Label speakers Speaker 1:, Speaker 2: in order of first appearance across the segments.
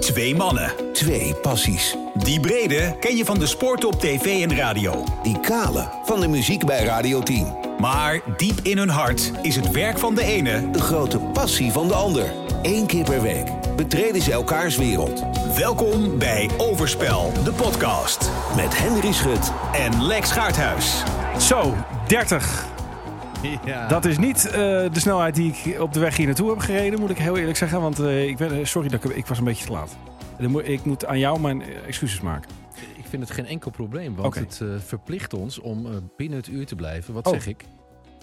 Speaker 1: Twee mannen.
Speaker 2: Twee passies.
Speaker 1: Die brede ken je van de sport op tv en radio.
Speaker 2: Die kale van de muziek bij Radio 10.
Speaker 1: Maar diep in hun hart is het werk van de ene...
Speaker 2: De grote passie van de ander. Eén keer per week betreden ze elkaars wereld.
Speaker 1: Welkom bij Overspel, de podcast.
Speaker 2: Met Henry Schut.
Speaker 1: En Lex Gaarthuis.
Speaker 3: Zo, 30. Dat is niet eh, de snelheid die ik op de weg hier naartoe heb gereden, moet ik heel eerlijk zeggen. Want eh, ik ben, eh, sorry dat ik, ik was een beetje te laat. Dan moet- Ik moet aan jou mijn eh, excuses maken.
Speaker 4: Ik vind het geen enkel probleem, want
Speaker 3: Oké.
Speaker 4: het eh, verplicht ons om eh, binnen het uur te blijven. Wat
Speaker 3: Oh.
Speaker 4: zeg ik?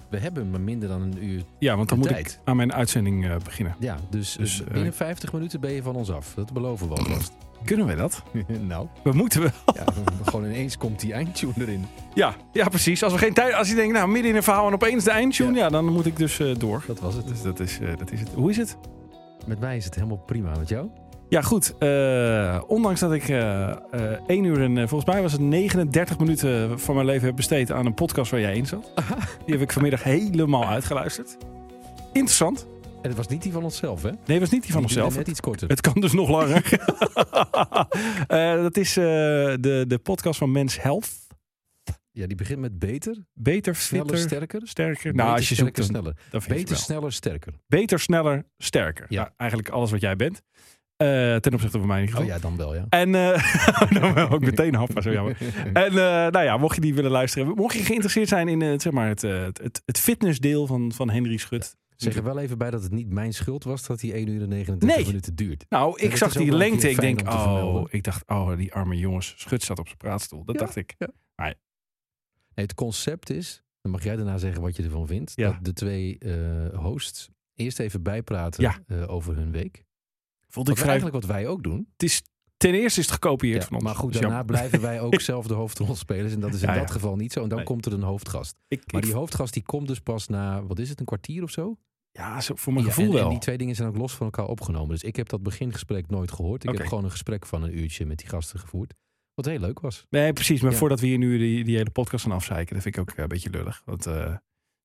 Speaker 4: We hebben maar minder dan een uur.
Speaker 3: Ja, want dan
Speaker 4: De
Speaker 3: moet ik
Speaker 4: tijd.
Speaker 3: aan mijn uitzending eh, beginnen.
Speaker 4: Ja, dus, eh,
Speaker 3: Dus, eh,
Speaker 4: binnen 50 minuten ben je van ons af. Dat beloven we alvast.
Speaker 3: Kunnen we dat?
Speaker 4: nou,
Speaker 3: We moeten wel.
Speaker 4: ja, gewoon ineens komt die eindtune erin.
Speaker 3: Ja, ja precies. Als, we geen tijd, als je denkt, nou, midden in een verhaal en opeens de eindtune, ja, dan moet ik dus eh, door.
Speaker 4: Dat was het.
Speaker 3: Dus dat is, eh, dat is het. Hoe is het?
Speaker 4: Met mij is het helemaal prima. Met jou?
Speaker 3: Ja, goed. eh, ondanks dat ik eh eh 1 uur en eh, volgens mij was het 39 minuten van mijn leven heb besteed aan een podcast waar jij in zat. Die heb ik vanmiddag helemaal uitgeluisterd. Interessant.
Speaker 4: En het was niet die van onszelf, hè?
Speaker 3: Nee, was niet die van onszelf.
Speaker 4: Net iets korter.
Speaker 3: Het kan dus nog langer. Eh, dat is eh, de, de podcast van Mens Health.
Speaker 4: Ja, die begint met beter,
Speaker 3: Beter,
Speaker 4: sneller,
Speaker 3: fitter,
Speaker 4: sterker.
Speaker 3: sterker.
Speaker 4: Beter,
Speaker 3: Nou, als je zoekt,
Speaker 4: sterker,
Speaker 3: dan,
Speaker 4: sneller.
Speaker 3: dan vind je
Speaker 4: Beter,
Speaker 3: het wel.
Speaker 4: sneller, sterker.
Speaker 3: Beter, sneller, sterker.
Speaker 4: Ja.
Speaker 3: Nou, eigenlijk alles wat jij bent. Eh, ten opzichte van mij in ieder
Speaker 4: Oh
Speaker 3: geval.
Speaker 4: ja, dan wel, ja.
Speaker 3: En eh dan wil ik ook meteen happen, zo jammer. En eh, nou ja, mocht je die willen luisteren, mocht je geïnteresseerd zijn in eh, het, zeg maar het, eh, het, het fitnessdeel van, van Henry Schut.
Speaker 4: Zeg er wel even bij dat het niet mijn schuld was dat die 1 uur en 39
Speaker 3: Nee.
Speaker 4: minuten duurt.
Speaker 3: Nou, ik
Speaker 4: dat
Speaker 3: zag
Speaker 4: is ook
Speaker 3: die
Speaker 4: wel een
Speaker 3: lengte.
Speaker 4: keer
Speaker 3: Ik denk,
Speaker 4: fijn om te
Speaker 3: oh,
Speaker 4: vermelden.
Speaker 3: ik dacht, oh, die arme jongens, Schut staat op zijn praatstoel. Dat
Speaker 4: Ja,
Speaker 3: dacht ik.
Speaker 4: ja. Nee, het concept is, dan mag jij daarna zeggen wat je ervan vindt,
Speaker 3: Ja.
Speaker 4: dat de twee eh, hosts eerst even bijpraten
Speaker 3: Ja.
Speaker 4: eh, over hun week.
Speaker 3: Vond
Speaker 4: Dat
Speaker 3: ik
Speaker 4: is
Speaker 3: vrij.
Speaker 4: eigenlijk wat wij ook doen.
Speaker 3: Het is, ten eerste is het gekopieerd
Speaker 4: Ja,
Speaker 3: van ons.
Speaker 4: maar goed,
Speaker 3: Dus
Speaker 4: daarna
Speaker 3: ja,
Speaker 4: blijven wij ook zelf de hoofdrolspelers en dat is in
Speaker 3: Ja, ja.
Speaker 4: dat geval niet zo. En dan
Speaker 3: Nee.
Speaker 4: komt er een hoofdgast.
Speaker 3: ik,
Speaker 4: Maar
Speaker 3: ik-
Speaker 4: die hoofdgast die komt dus pas na, wat is het, een kwartier of zo?
Speaker 3: ja, zo voor mijn
Speaker 4: Ja,
Speaker 3: gevoel
Speaker 4: en,
Speaker 3: wel.
Speaker 4: en die twee dingen zijn ook los van elkaar opgenomen. Dus ik heb dat begingesprek nooit gehoord. Ik
Speaker 3: Oké.
Speaker 4: heb gewoon een gesprek van een uurtje met die gasten gevoerd. Wat heel leuk was.
Speaker 3: Nee, precies. Maar
Speaker 4: Ja.
Speaker 3: voordat we hier nu die, die hele podcast gaan afzeiken, dat vind ik ook eh, een beetje lullig. Want eh,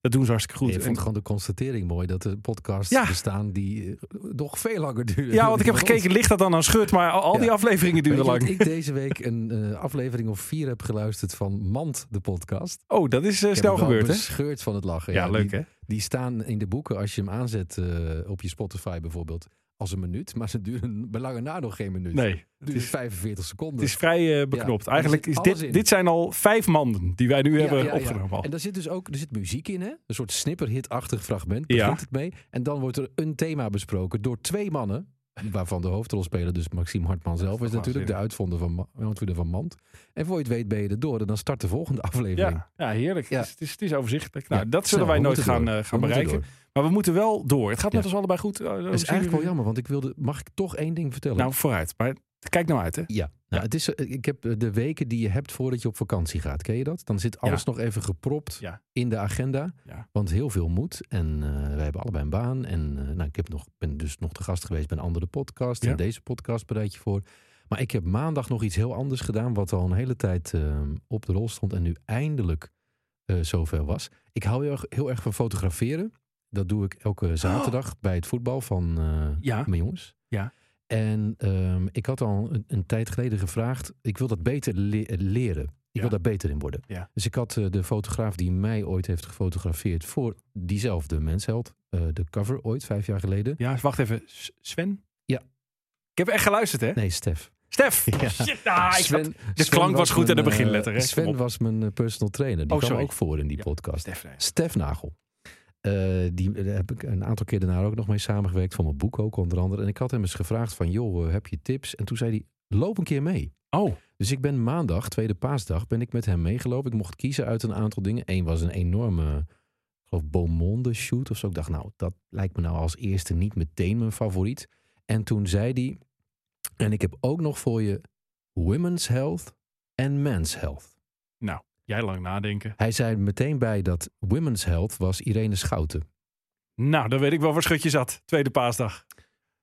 Speaker 3: dat doen ze hartstikke goed.
Speaker 4: ik
Speaker 3: En-
Speaker 4: vond gewoon de constatering mooi dat er podcasts
Speaker 3: Ja.
Speaker 4: bestaan die eh, nog veel langer duren.
Speaker 3: ja, want ik heb
Speaker 4: dan ons.
Speaker 3: gekeken, ligt dat dan aan Schut? Maar al, al die
Speaker 4: Ja.
Speaker 3: afleveringen
Speaker 4: Weet
Speaker 3: duren
Speaker 4: je dat
Speaker 3: lang.
Speaker 4: ik deze week een eh, aflevering of vier heb geluisterd van Mand, de podcast.
Speaker 3: Oh, dat is eh,
Speaker 4: Ik heb
Speaker 3: snel
Speaker 4: me wel
Speaker 3: gebeurd, hè?
Speaker 4: bescheurd van het lachen.
Speaker 3: Ja, leuk,
Speaker 4: die,
Speaker 3: hè?
Speaker 4: die staan in de boeken als je hem aanzet eh, op je Spotify bijvoorbeeld als een minuut. Maar ze duren bij lange na nog geen minuut.
Speaker 3: Nee,
Speaker 4: het is 45 seconden.
Speaker 3: het is vrij eh, beknopt.
Speaker 4: Ja,
Speaker 3: Eigenlijk
Speaker 4: er
Speaker 3: is
Speaker 4: zit alles
Speaker 3: dit,
Speaker 4: in.
Speaker 3: dit zijn al vijf manden die wij nu
Speaker 4: Ja,
Speaker 3: hebben
Speaker 4: ja, ja.
Speaker 3: opgenomen. al.
Speaker 4: En daar zit dus ook er zit muziek in, hè? Een soort snipperhit-achtig fragment
Speaker 3: Ja.
Speaker 4: begint het mee. En dan wordt er een thema besproken door twee mannen. Waarvan de hoofdrolspeler, dus Maxime Hartman zelf, is natuurlijk de uitvonder van, Ma- uitvinder van Mand. En voor je het weet ben je er door en dan start de volgende aflevering.
Speaker 3: ja, ja, heerlijk.
Speaker 4: Ja.
Speaker 3: Het, is, het, is, het is overzichtelijk. Nou,
Speaker 4: Ja,
Speaker 3: dat zullen
Speaker 4: snel,
Speaker 3: wij
Speaker 4: we
Speaker 3: nooit
Speaker 4: moeten
Speaker 3: gaan,
Speaker 4: door.
Speaker 3: eh,
Speaker 4: We
Speaker 3: gaan
Speaker 4: moeten
Speaker 3: bereiken.
Speaker 4: door.
Speaker 3: Maar we moeten wel door. Het gaat met
Speaker 4: Ja.
Speaker 3: ons allebei goed. Eh,
Speaker 4: Dat is eigenlijk wel jammer, want ik wilde, mag ik toch één ding vertellen?
Speaker 3: Nou, vooruit. Maar kijk nou uit, hè?
Speaker 4: ja. Nou, Het is, eh, ik heb eh, de weken die je hebt voordat je op vakantie gaat. Ken je dat? Dan zit alles nog even gepropt
Speaker 3: Ja.
Speaker 4: in de agenda.
Speaker 3: Ja.
Speaker 4: Want heel veel moet. En eh wij hebben allebei een baan. En eh, nou, ik heb nog, ben dus nog te gast geweest bij een andere podcast.
Speaker 3: Ja.
Speaker 4: En deze podcast bereid je voor. Maar ik heb maandag nog iets heel anders gedaan. Wat al een hele tijd eh, op de rol stond. En nu eindelijk eh zover was. Ik hou heel erg, heel erg van fotograferen. Dat doe ik
Speaker 3: Oh.
Speaker 4: elke zaterdag bij het voetbal van eh,
Speaker 3: Ja.
Speaker 4: mijn jongens.
Speaker 3: Ja.
Speaker 4: En ehm, ik had al een, een tijd geleden gevraagd. Ik wil dat beter le- leren. Ik
Speaker 3: Ja.
Speaker 4: wil daar beter in worden.
Speaker 3: Ja.
Speaker 4: Dus ik had eh, de fotograaf die mij ooit heeft gefotografeerd voor diezelfde mensheld. eh, de cover ooit, vijf jaar geleden.
Speaker 3: Ja, wacht even. S- Sven?
Speaker 4: Ja.
Speaker 3: Ik heb echt geluisterd, hè?
Speaker 4: Nee, Stef.
Speaker 3: Stef! Shit, ah, ik zat- de
Speaker 4: Sven
Speaker 3: klank was goed en de
Speaker 4: mijn, eh,
Speaker 3: beginletter, hè? Kom op.
Speaker 4: Sven was mijn eh, personal trainer. Die
Speaker 3: Oh,
Speaker 4: kwam
Speaker 3: sorry.
Speaker 4: ook voor in die
Speaker 3: Ja.
Speaker 4: podcast.
Speaker 3: Stef, nee.
Speaker 4: Stef Nagel. Eh, die, daar heb ik een aantal keer daarna ook nog mee samengewerkt. Van mijn boek ook onder andere. En ik had hem eens gevraagd van, joh, eh, heb je tips? En toen zei hij, loop een keer mee.
Speaker 3: Oh,
Speaker 4: Dus ik ben maandag, tweede paasdag, ben ik met hem meegelopen. Ik mocht kiezen uit een aantal dingen. Eén was een enorme, ik geloof Beaumonde shoot of zo. Ik dacht, nou, dat lijkt me nou als eerste niet meteen mijn favoriet. En toen zei hij, en ik heb ook nog voor je women's health en men's health.
Speaker 3: jij lang nadenken.
Speaker 4: Hij zei meteen bij dat women's health was Irene Schouten.
Speaker 3: Nou, dan weet ik wel waar Schutje zat. Tweede paasdag.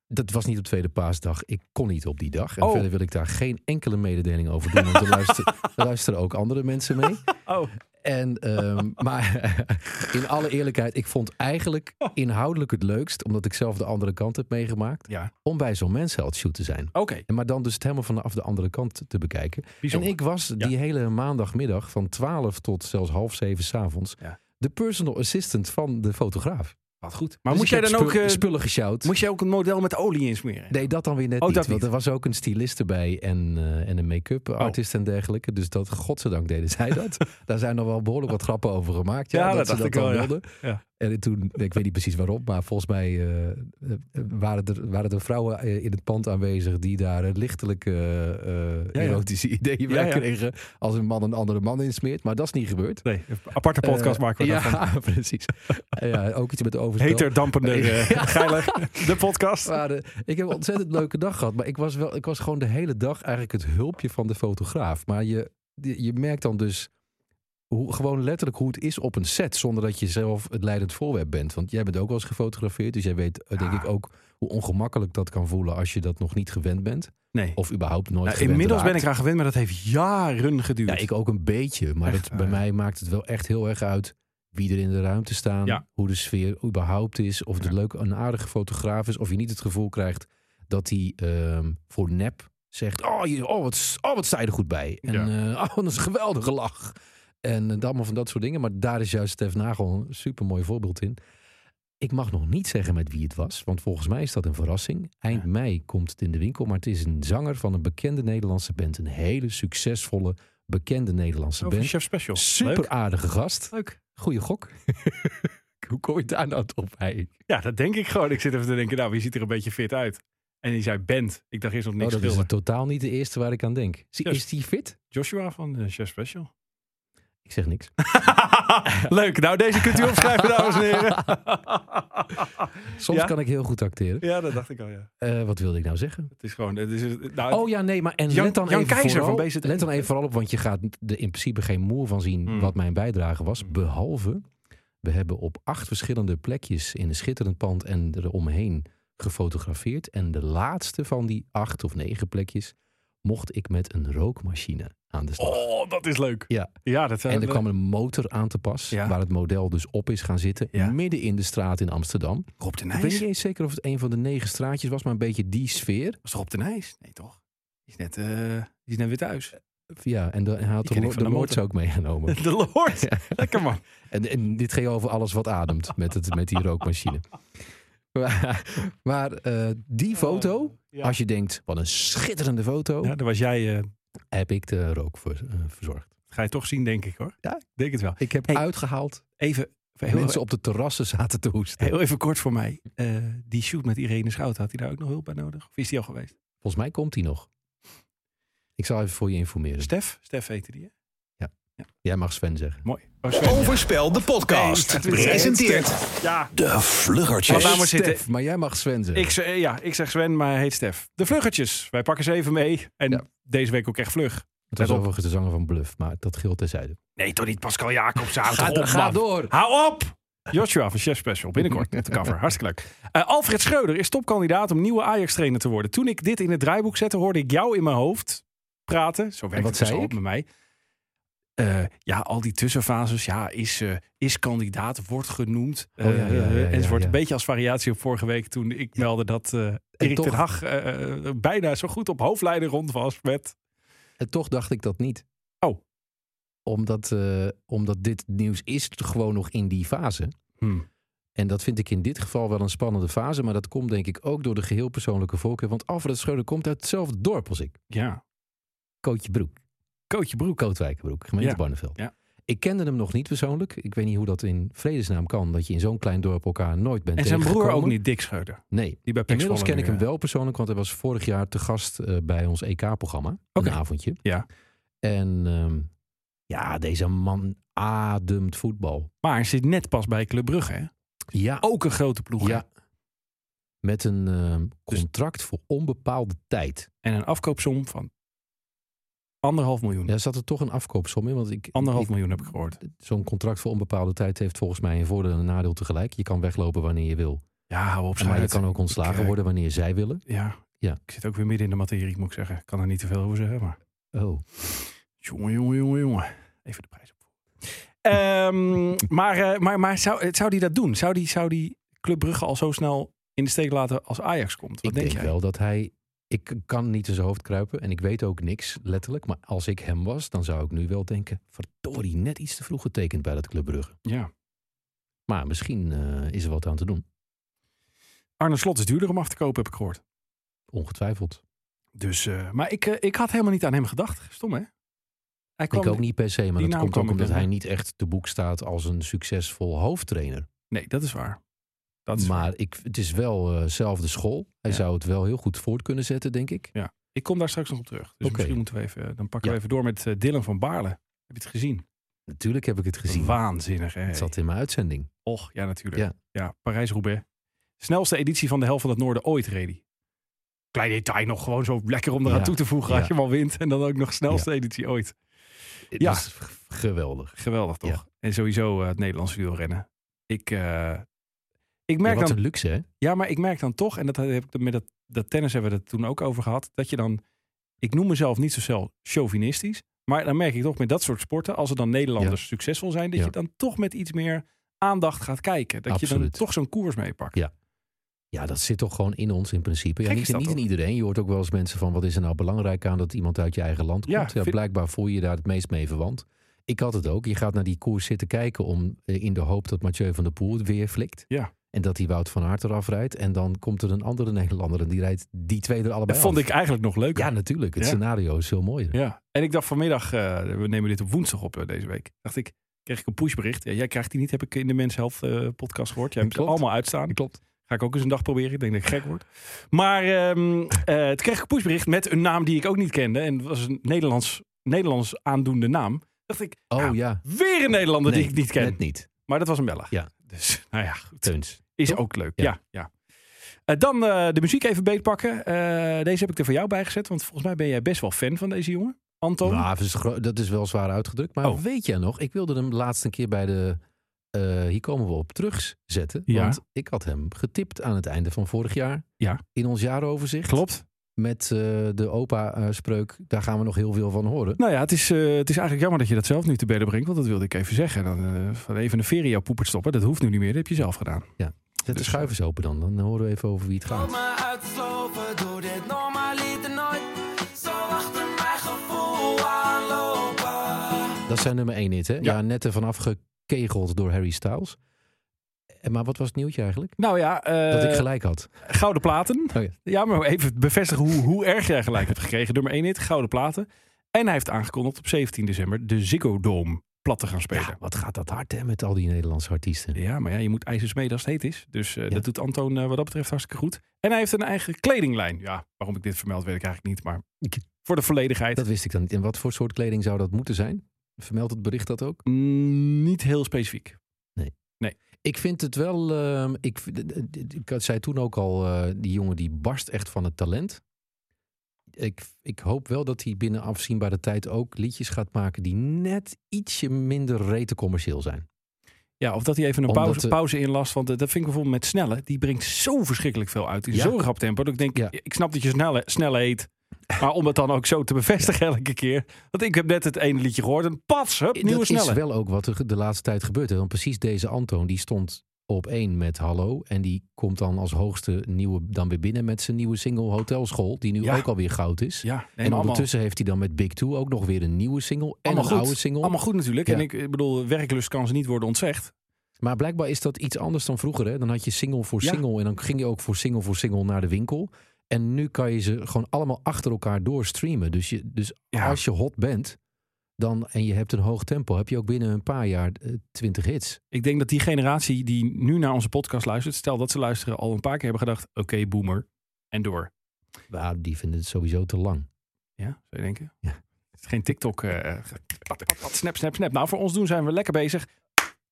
Speaker 4: Dat was niet op tweede paasdag. Ik kon niet op die dag. En
Speaker 3: Oh.
Speaker 4: verder wil ik daar geen enkele mededeling over doen. Want er luisteren, er luisteren ook andere mensen mee.
Speaker 3: Oh,
Speaker 4: En, ehm, maar in alle eerlijkheid, ik vond eigenlijk inhoudelijk het leukst, omdat ik zelf de andere kant heb meegemaakt,
Speaker 3: Ja.
Speaker 4: om bij zo'n mensheld shoot te zijn.
Speaker 3: Oké,
Speaker 4: En Maar dan dus het helemaal vanaf de andere kant te bekijken.
Speaker 3: bijzonder.
Speaker 4: En ik was die hele maandagmiddag van 12 tot zelfs half 7 s'avonds
Speaker 3: Ja.
Speaker 4: de personal assistant van de fotograaf.
Speaker 3: Wat goed. Maar
Speaker 4: Dus
Speaker 3: moest
Speaker 4: ik
Speaker 3: jij dan
Speaker 4: heb
Speaker 3: ook,
Speaker 4: spul-
Speaker 3: eh,
Speaker 4: spullen gesjouwd?
Speaker 3: moest jij ook een model met olie insmeren?
Speaker 4: Nee, dat dan weer net
Speaker 3: Oh,
Speaker 4: niet.
Speaker 3: dat
Speaker 4: Want
Speaker 3: niet. Oh.
Speaker 4: er was ook een stylist erbij en, eh, en een make-up artist en dergelijke. Dus dat, godzijdank deden zij dat. Daar zijn nog wel behoorlijk wat grappen over gemaakt. Ja,
Speaker 3: Ja, dat
Speaker 4: ze
Speaker 3: dacht ik
Speaker 4: dan
Speaker 3: wel, ja.
Speaker 4: wilden.
Speaker 3: Ja.
Speaker 4: En toen, ik weet niet precies waarom, maar volgens mij eh, eh, waren, er, waren er vrouwen eh, in het pand aanwezig die daar eh, lichtelijk eh, eh,
Speaker 3: ja.
Speaker 4: erotische ideeën bij
Speaker 3: Ja, ja.
Speaker 4: kregen. Als een man een andere man insmeert. Maar dat is niet gebeurd.
Speaker 3: Nee, een aparte podcast
Speaker 4: Eh,
Speaker 3: maken we
Speaker 4: ja,
Speaker 3: daarvan.
Speaker 4: precies. Eh, ja, ook iets met overspel.
Speaker 3: Heter, dampender, eh, geiler. De podcast.
Speaker 4: Maar, eh, ik heb een ontzettend leuke dag gehad. Maar ik was, wel, ik was gewoon de hele dag eigenlijk het hulpje van de fotograaf. Maar je, je je merkt dan dus hoe, gewoon letterlijk hoe het is op een set. Zonder dat je zelf het leidend voorwerp bent. Want jij bent ook wel eens gefotografeerd. Dus jij weet eh, denk ik ook hoe ongemakkelijk dat kan voelen als je dat nog niet gewend bent.
Speaker 3: Nee.
Speaker 4: Of überhaupt nooit
Speaker 3: Nou,
Speaker 4: gewend
Speaker 3: inmiddels
Speaker 4: raakt.
Speaker 3: ben ik eraan gewend, maar dat heeft jaren geduurd.
Speaker 4: Ja, ik ook een beetje. Maar
Speaker 3: Echt,
Speaker 4: het, bij
Speaker 3: eh,
Speaker 4: mij maakt het wel echt heel erg uit wie er in de ruimte staan.
Speaker 3: Ja.
Speaker 4: Hoe de sfeer überhaupt is. Of het een leuk een aardige fotograaf is. Of je niet het gevoel krijgt dat hij ehm, voor nep zegt... Oh, je, oh, wat, s- oh, wat sta je er goed bij. En eh, oh, dat is een geweldige lach. En eh, allemaal van dat soort dingen. Maar daar is juist Stef Nagel een supermooi voorbeeld in. Ik mag nog niet zeggen met wie het was, want volgens mij is dat een verrassing. Eind mei komt het in de winkel, maar het is een zanger van een bekende Nederlandse band. Een hele succesvolle, bekende Nederlandse
Speaker 3: Over
Speaker 4: band.
Speaker 3: Chef Special.
Speaker 4: Super
Speaker 3: Leuk.
Speaker 4: aardige gast.
Speaker 3: Leuk.
Speaker 4: Goeie gok. Hoe kom je daar nou op eigenlijk?
Speaker 3: Ja, dat denk ik gewoon. Ik zit even te denken, nou, wie ziet er een beetje fit uit? En die zei band. Ik dacht eerst nog
Speaker 4: Oh,
Speaker 3: niks
Speaker 4: dat is
Speaker 3: schilder.
Speaker 4: het totaal niet de eerste waar ik aan denk. Is,
Speaker 3: Yes.
Speaker 4: is die fit?
Speaker 3: Joshua van eh, Chef Special.
Speaker 4: Ik zeg niks.
Speaker 3: Leuk. Nou, deze kunt u opschrijven, dames en heren.
Speaker 4: Soms
Speaker 3: Ja?
Speaker 4: kan ik heel goed acteren.
Speaker 3: Ja, dat dacht ik al, ja.
Speaker 4: Eh, wat wilde ik nou zeggen?
Speaker 3: Het is gewoon... Het is, nou,
Speaker 4: Oh ja, nee, maar en
Speaker 3: Jan-
Speaker 4: let dan
Speaker 3: Jan
Speaker 4: even
Speaker 3: Keizer
Speaker 4: vooral,
Speaker 3: van BZN.
Speaker 4: Let dan even vooral op, want je gaat er in principe geen moer van zien
Speaker 3: Hmm.
Speaker 4: wat mijn bijdrage was. Behalve, we hebben op acht verschillende plekjes in een schitterend pand en eromheen gefotografeerd. En de laatste van die acht of negen plekjes mocht ik met een rookmachine aan de slag.
Speaker 3: Oh, dat is leuk.
Speaker 4: Ja.
Speaker 3: Ja, dat...
Speaker 4: En er kwam een motor aan te pas,
Speaker 3: Ja.
Speaker 4: waar het model dus op is gaan zitten,
Speaker 3: Ja.
Speaker 4: midden in de straat in Amsterdam.
Speaker 3: Rob de
Speaker 4: Ik weet niet
Speaker 3: Nijs.
Speaker 4: eens zeker of het een van de negen straatjes was, maar een beetje die sfeer.
Speaker 3: Was toch Rob de Nijs? Nee, toch? Die is net, eh, die is net weer thuis.
Speaker 4: Ja, en de, hij had
Speaker 3: Die
Speaker 4: de,
Speaker 3: ken ik
Speaker 4: lo-
Speaker 3: van
Speaker 4: de
Speaker 3: de
Speaker 4: lords
Speaker 3: motor.
Speaker 4: ook meegenomen.
Speaker 3: De Lord. Lekker man.
Speaker 4: En, en dit ging over alles wat ademt met, het, met die rookmachine. Maar, maar, eh, die foto,
Speaker 3: Oh, ja.
Speaker 4: als je denkt, wat een schitterende foto,
Speaker 3: Ja, daar was jij... eh,
Speaker 4: heb ik de rook voor, eh, verzorgd.
Speaker 3: ga je toch zien, denk ik, hoor.
Speaker 4: Ja.
Speaker 3: Ik denk het wel.
Speaker 4: Ik heb
Speaker 3: Hey.
Speaker 4: uitgehaald,
Speaker 3: Even... Heel,
Speaker 4: mensen op de terrassen zaten te hoesten.
Speaker 3: heel even kort voor mij. Eh, die shoot met Irene Schout, had hij daar ook nog hulp bij nodig? Of is die al geweest?
Speaker 4: Volgens mij komt die nog. Ik zal even voor je informeren.
Speaker 3: Stef? Stef heette die, hè?
Speaker 4: Jij mag Sven zeggen.
Speaker 3: Mooi. Oh, Sven, ja.
Speaker 1: Overspel de podcast.
Speaker 3: Nee, het is-
Speaker 1: Presenteert
Speaker 3: Ja,
Speaker 2: de
Speaker 3: Laat
Speaker 2: Vluggertjes.
Speaker 3: daar maar zitten.
Speaker 4: Stef, maar jij mag Sven zeggen.
Speaker 3: Ik, ze- eh, ja, ik zeg Sven, maar hij heet Stef. De vluggertjes. Wij pakken ze even mee. En
Speaker 4: Ja.
Speaker 3: deze week ook echt vlug.
Speaker 4: het was
Speaker 3: let op.
Speaker 4: overigens de zanger van Bluff, maar dat geldt terzijde.
Speaker 3: Nee, toch niet Pascal Jacobs. Hou
Speaker 4: Ga,
Speaker 3: toch op,
Speaker 4: ga
Speaker 3: man.
Speaker 4: door!
Speaker 3: Hou op! Joshua van Chef Special, binnenkort op de cover. Hartstikke leuk. Eh, Alfred Schreuder is topkandidaat om nieuwe Ajax-trainer te worden. Toen ik dit in het draaiboek zette, hoorde ik jou in mijn hoofd praten. Zo werkt
Speaker 4: wat
Speaker 3: het dus
Speaker 4: zei
Speaker 3: al
Speaker 4: ik?
Speaker 3: bij mij. Eh, ja, al die tussenfases. Ja, is, eh, is kandidaat, wordt genoemd.
Speaker 4: Oh, ja, ja, ja,
Speaker 3: eh,
Speaker 4: ja,
Speaker 3: enzovoort.
Speaker 4: ja.
Speaker 3: Een beetje als variatie op vorige week toen ik meldde dat eh Erik
Speaker 4: toch-
Speaker 3: ten Hag eh, eh, bijna zo goed op hoofdlijnen rond was met...
Speaker 4: En toch dacht ik dat niet.
Speaker 3: Oh.
Speaker 4: Omdat, eh, omdat dit nieuws is gewoon nog in die fase.
Speaker 3: Hmm.
Speaker 4: En dat vind ik in dit geval wel een spannende fase. Maar dat komt denk ik ook door de geheel persoonlijke voorkeur. Want Alfred Schreuder komt uit hetzelfde dorp als ik.
Speaker 3: Ja,
Speaker 4: Kootjebroek.
Speaker 3: Kootje Broek.
Speaker 4: Kootwijkenbroek, gemeente
Speaker 3: Ja.
Speaker 4: Barneveld.
Speaker 3: Ja.
Speaker 4: Ik kende hem nog niet persoonlijk. Ik weet niet hoe dat in vredesnaam kan. Dat je in zo'n klein dorp elkaar nooit bent
Speaker 3: En zijn broer
Speaker 4: tegengekomen.
Speaker 3: ook niet, Dick Schreuder.
Speaker 4: Nee.
Speaker 3: Die bij Pek
Speaker 4: Inmiddels
Speaker 3: Zwolle
Speaker 4: ken ik
Speaker 3: nu,
Speaker 4: hem
Speaker 3: eh,
Speaker 4: wel persoonlijk, want hij was vorig jaar te gast eh, bij ons EK-programma.
Speaker 3: Oké.
Speaker 4: Een avondje.
Speaker 3: Ja.
Speaker 4: En ehm, ja, deze man ademt voetbal.
Speaker 3: Maar hij zit net pas bij Club Brugge, hè?
Speaker 4: Ja.
Speaker 3: Ook een grote ploeg. hè?
Speaker 4: Oh, ja. Met een ehm,
Speaker 3: Dus
Speaker 4: contract voor onbepaalde tijd.
Speaker 3: En een afkoopsom van anderhalf miljoen.
Speaker 4: Ja, er zat er toch een afkoopsom in, want ik,
Speaker 3: Anderhalf
Speaker 4: ik-
Speaker 3: miljoen heb ik gehoord.
Speaker 4: zo'n contract voor onbepaalde tijd heeft volgens mij een voordeel en een nadeel tegelijk. Je kan weglopen wanneer je wil.
Speaker 3: Ja, hou op.
Speaker 4: Maar je
Speaker 3: Sjaard.
Speaker 4: kan ook
Speaker 3: Ik,
Speaker 4: ontslagen
Speaker 3: eh,
Speaker 4: worden wanneer zij willen.
Speaker 3: Ja.
Speaker 4: Ja.
Speaker 3: ik zit ook weer midden in de materie, moet ik zeggen. Ik kan er niet te veel over zeggen, maar...
Speaker 4: Oh.
Speaker 3: Jongen, jongen, jongen, jongen. Even de prijs op. Ehm, maar eh, maar, maar zou, zou die dat doen? Zou die, zou die Club Brugge al zo snel in de steek laten als Ajax komt? Wat
Speaker 4: Ik denk,
Speaker 3: jij?
Speaker 4: wel dat hij. Ik kan niet in zijn hoofd kruipen en ik weet ook niks, letterlijk. Maar als ik hem was, dan zou ik nu wel denken: verdorie, net iets te vroeg getekend bij dat Club Brugge.
Speaker 3: Ja.
Speaker 4: Maar misschien eh, is er wat aan te doen.
Speaker 3: Arne Slot is duurder om af te kopen, heb ik gehoord.
Speaker 4: Ongetwijfeld.
Speaker 3: Dus, eh, maar ik, eh, ik had helemaal niet aan hem gedacht. Stom, hè? Hij
Speaker 4: ik ook niet per se, maar
Speaker 3: die
Speaker 4: dat
Speaker 3: naam
Speaker 4: komt
Speaker 3: kwam
Speaker 4: ook
Speaker 3: ik
Speaker 4: omdat
Speaker 3: tegen.
Speaker 4: hij niet echt te boek staat als een succesvol hoofdtrainer.
Speaker 3: Nee, dat is waar. Dat is
Speaker 4: Maar ik, het is wel eh zelfde school. Hij
Speaker 3: Ja.
Speaker 4: zou het wel heel goed voort kunnen zetten, denk ik.
Speaker 3: Ik kom daar straks nog op terug. Dus
Speaker 4: Oké.
Speaker 3: misschien moeten we even, dan pakken we
Speaker 4: Ja.
Speaker 3: even door met eh, Dylan van Baarle. Heb je het gezien?
Speaker 4: Natuurlijk heb ik het gezien.
Speaker 3: Waanzinnig, hè?
Speaker 4: Het zat in mijn uitzending.
Speaker 3: Och, ja, natuurlijk. Ja,
Speaker 4: Ja.
Speaker 3: Parijs-Roubaix. Snelste editie van de Hel van het Noorden ooit, reed hij. Klein detail nog, gewoon zo lekker om eraan
Speaker 4: Ja,
Speaker 3: toe te voegen
Speaker 4: ja.
Speaker 3: als je hem al wint. En dan ook nog snelste editie ooit.
Speaker 4: Het
Speaker 3: Ja.
Speaker 4: was g- geweldig.
Speaker 3: Geweldig, toch?
Speaker 4: Ja.
Speaker 3: En sowieso eh, het Nederlandse wielrennen. Ik, eh, ik
Speaker 4: Ja,
Speaker 3: merk
Speaker 4: wat
Speaker 3: dan...
Speaker 4: een luxe, hè?
Speaker 3: Ja, maar ik merk dan toch, en dat heb ik met dat, dat tennis hebben we het toen ook over gehad, dat je dan, ik noem mezelf niet zo snel chauvinistisch, maar dan merk ik toch met dat soort sporten, als er dan Nederlanders succesvol zijn, dat
Speaker 4: Ja.
Speaker 3: je dan toch met iets meer aandacht gaat kijken. Dat je dan
Speaker 4: Absoluut.
Speaker 3: toch zo'n koers meepakt.
Speaker 4: Ja. Ja, dat zit toch gewoon in ons in principe. Ja,
Speaker 3: Gek
Speaker 4: niet
Speaker 3: is dat
Speaker 4: niet in
Speaker 3: toch?
Speaker 4: iedereen. Je hoort ook wel eens mensen van... wat is er nou belangrijk aan dat iemand uit je eigen land
Speaker 3: Ja,
Speaker 4: komt? Ja,
Speaker 3: vind-
Speaker 4: blijkbaar voel je je daar het meest mee verwant. Ik had het ook. Je gaat naar die koers zitten kijken... Om, eh, in de hoop dat Mathieu van der Poel het weer flikt.
Speaker 3: Ja.
Speaker 4: En dat die Wout van Aert eraf rijdt. En dan komt er een andere Nederlander... en die rijdt die twee er
Speaker 3: Dat
Speaker 4: allebei
Speaker 3: vond
Speaker 4: af.
Speaker 3: ik eigenlijk nog leuker.
Speaker 4: Ja, natuurlijk. Het
Speaker 3: Ja.
Speaker 4: scenario is veel mooier.
Speaker 3: Ja. En ik dacht vanmiddag, eh, we nemen dit op woensdag op eh, deze week, dacht ik, kreeg ik een pushbericht. Ja, jij krijgt die niet, heb ik in de Mens Health eh, podcast gehoord. Jij hebt ze
Speaker 4: Klopt.
Speaker 3: allemaal uitstaan.
Speaker 4: Klopt.
Speaker 3: Ga ik ook eens een dag proberen. Ik denk dat ik gek word. Maar ehm eh, toen kreeg ik een pushbericht met een naam die ik ook niet kende. En het was een Nederlands, Nederlands aandoende naam. Dacht ik,
Speaker 4: Oh
Speaker 3: nou,
Speaker 4: ja.
Speaker 3: weer een Nederlander
Speaker 4: Nee,
Speaker 3: die ik niet ken.
Speaker 4: Net niet.
Speaker 3: Maar dat was een Belg.
Speaker 4: Ja.
Speaker 3: Dus, nou ja, goed.
Speaker 4: Teuns.
Speaker 3: Is
Speaker 4: Toch?
Speaker 3: ook leuk. Ja,
Speaker 4: Ja.
Speaker 3: ja. Eh, dan eh, de muziek even beetpakken. Eh, deze heb ik er voor jou bij gezet. Want volgens mij ben jij best wel fan van deze jongen. Anton.
Speaker 4: Nou, dat is gro- dat is wel zwaar uitgedrukt. Maar
Speaker 3: Oh.
Speaker 4: weet jij nog, ik wilde hem laatst een keer bij de... eh, hier komen we op terugzetten.
Speaker 3: Ja.
Speaker 4: Want ik had hem getipt aan het einde van vorig jaar.
Speaker 3: Ja.
Speaker 4: In ons jaaroverzicht.
Speaker 3: Klopt.
Speaker 4: Met eh, de opa-spreuk, daar gaan we nog heel veel van horen.
Speaker 3: Nou ja, het is, eh, het is eigenlijk jammer dat je dat zelf nu te bedden brengt. Want dat wilde ik even zeggen. Dan, eh, van even een veer in jouw poepert stoppen. Dat hoeft nu niet meer. Dat heb je zelf gedaan.
Speaker 4: Zet
Speaker 3: Dus-
Speaker 4: de schuivers open dan, dan horen we even over wie het
Speaker 5: Laat
Speaker 4: gaat.
Speaker 5: me uitslopen, doe dit normaliter nooit. Zo achter mijn gevoel aanlopen.
Speaker 4: Dat is zijn nummer één hit, hè? Ja, net ervan afgekegeld door Harry Styles. Eh, Maar wat was het nieuwtje eigenlijk?
Speaker 3: Nou ja, eh,
Speaker 4: Dat ik gelijk had.
Speaker 3: gouden platen.
Speaker 4: Oh ja.
Speaker 3: Ja, maar even bevestigen hoe, hoe erg jij gelijk hebt gekregen. Nummer 1 hit, gouden platen. En hij heeft aangekondigd op 17 december de Ziggo Dome plat te gaan spelen.
Speaker 4: Ja, wat gaat dat hard, hè, met al die Nederlandse artiesten.
Speaker 3: Ja, maar ja, je moet ijzers mee als het heet is. Dus eh,
Speaker 4: Ja.
Speaker 3: dat doet Antoon eh, wat dat betreft hartstikke goed. En hij heeft een eigen kledinglijn. Ja, waarom ik dit vermeld weet ik eigenlijk niet. Maar voor de volledigheid.
Speaker 4: Dat wist ik dan niet. En wat voor soort kleding zou dat moeten zijn? Vermeldt het bericht dat ook?
Speaker 3: Mm, niet heel specifiek.
Speaker 4: Ik vind het wel. ehm, ik, vind- d- d- d- ik had- zei toen ook al, eh, die jongen die barst echt van het talent. Ik, ik hoop wel dat hij binnen afzienbare tijd ook liedjes gaat maken die net ietsje minder rete commercieel zijn.
Speaker 3: Ja, of dat hij even een
Speaker 4: Omdat
Speaker 3: pauze,
Speaker 4: de-
Speaker 3: pauze inlast. Want eh, dat vind ik bijvoorbeeld met snelle. Die brengt zo verschrikkelijk veel uit. In
Speaker 4: Ja.
Speaker 3: zo'n rap tempo. Dat ik denk,
Speaker 4: Ja.
Speaker 3: ik snap dat je snelle, snelle heet. Maar om het dan ook zo te bevestigen elke keer. Want ik heb net het ene liedje gehoord. En pats, hup, nieuwe
Speaker 4: dat
Speaker 3: snelle.
Speaker 4: is wel ook wat er de laatste tijd gebeurt. hè. Want precies deze Antoon die stond op één met Hallo. En die komt dan als hoogste nieuwe dan weer binnen met zijn nieuwe single Hotelschool. Die nu
Speaker 3: Ja.
Speaker 4: ook alweer goud is.
Speaker 3: Ja, nee, maar
Speaker 4: en
Speaker 3: allemaal,
Speaker 4: ondertussen heeft hij dan met Big Two ook nog weer een nieuwe single en
Speaker 3: allemaal
Speaker 4: een
Speaker 3: goed.
Speaker 4: oude single.
Speaker 3: Allemaal goed natuurlijk.
Speaker 4: Ja.
Speaker 3: En ik, ik bedoel, werklust kan ze niet worden ontzegd.
Speaker 4: Maar blijkbaar is dat iets anders dan vroeger. Hè? Dan had je single voor
Speaker 3: Ja.
Speaker 4: single en dan ging je ook voor single voor single naar de winkel. En nu kan je ze gewoon allemaal achter elkaar doorstreamen. Dus, je, dus
Speaker 3: Ja.
Speaker 4: als je hot bent dan, en je hebt een hoog tempo, heb je ook binnen een paar jaar eh, twintig hits.
Speaker 3: Ik denk dat die generatie die nu naar onze podcast luistert. Stel dat ze luisteren al een paar keer hebben gedacht. Oké, boomer. En door.
Speaker 4: Maar die vinden het sowieso te lang.
Speaker 3: Ja, zou je denken?
Speaker 4: Ja.
Speaker 3: Het is geen TikTok. eh, pat, pat, pat, snap, snap, snap. Nou, voor ons doen zijn we lekker bezig.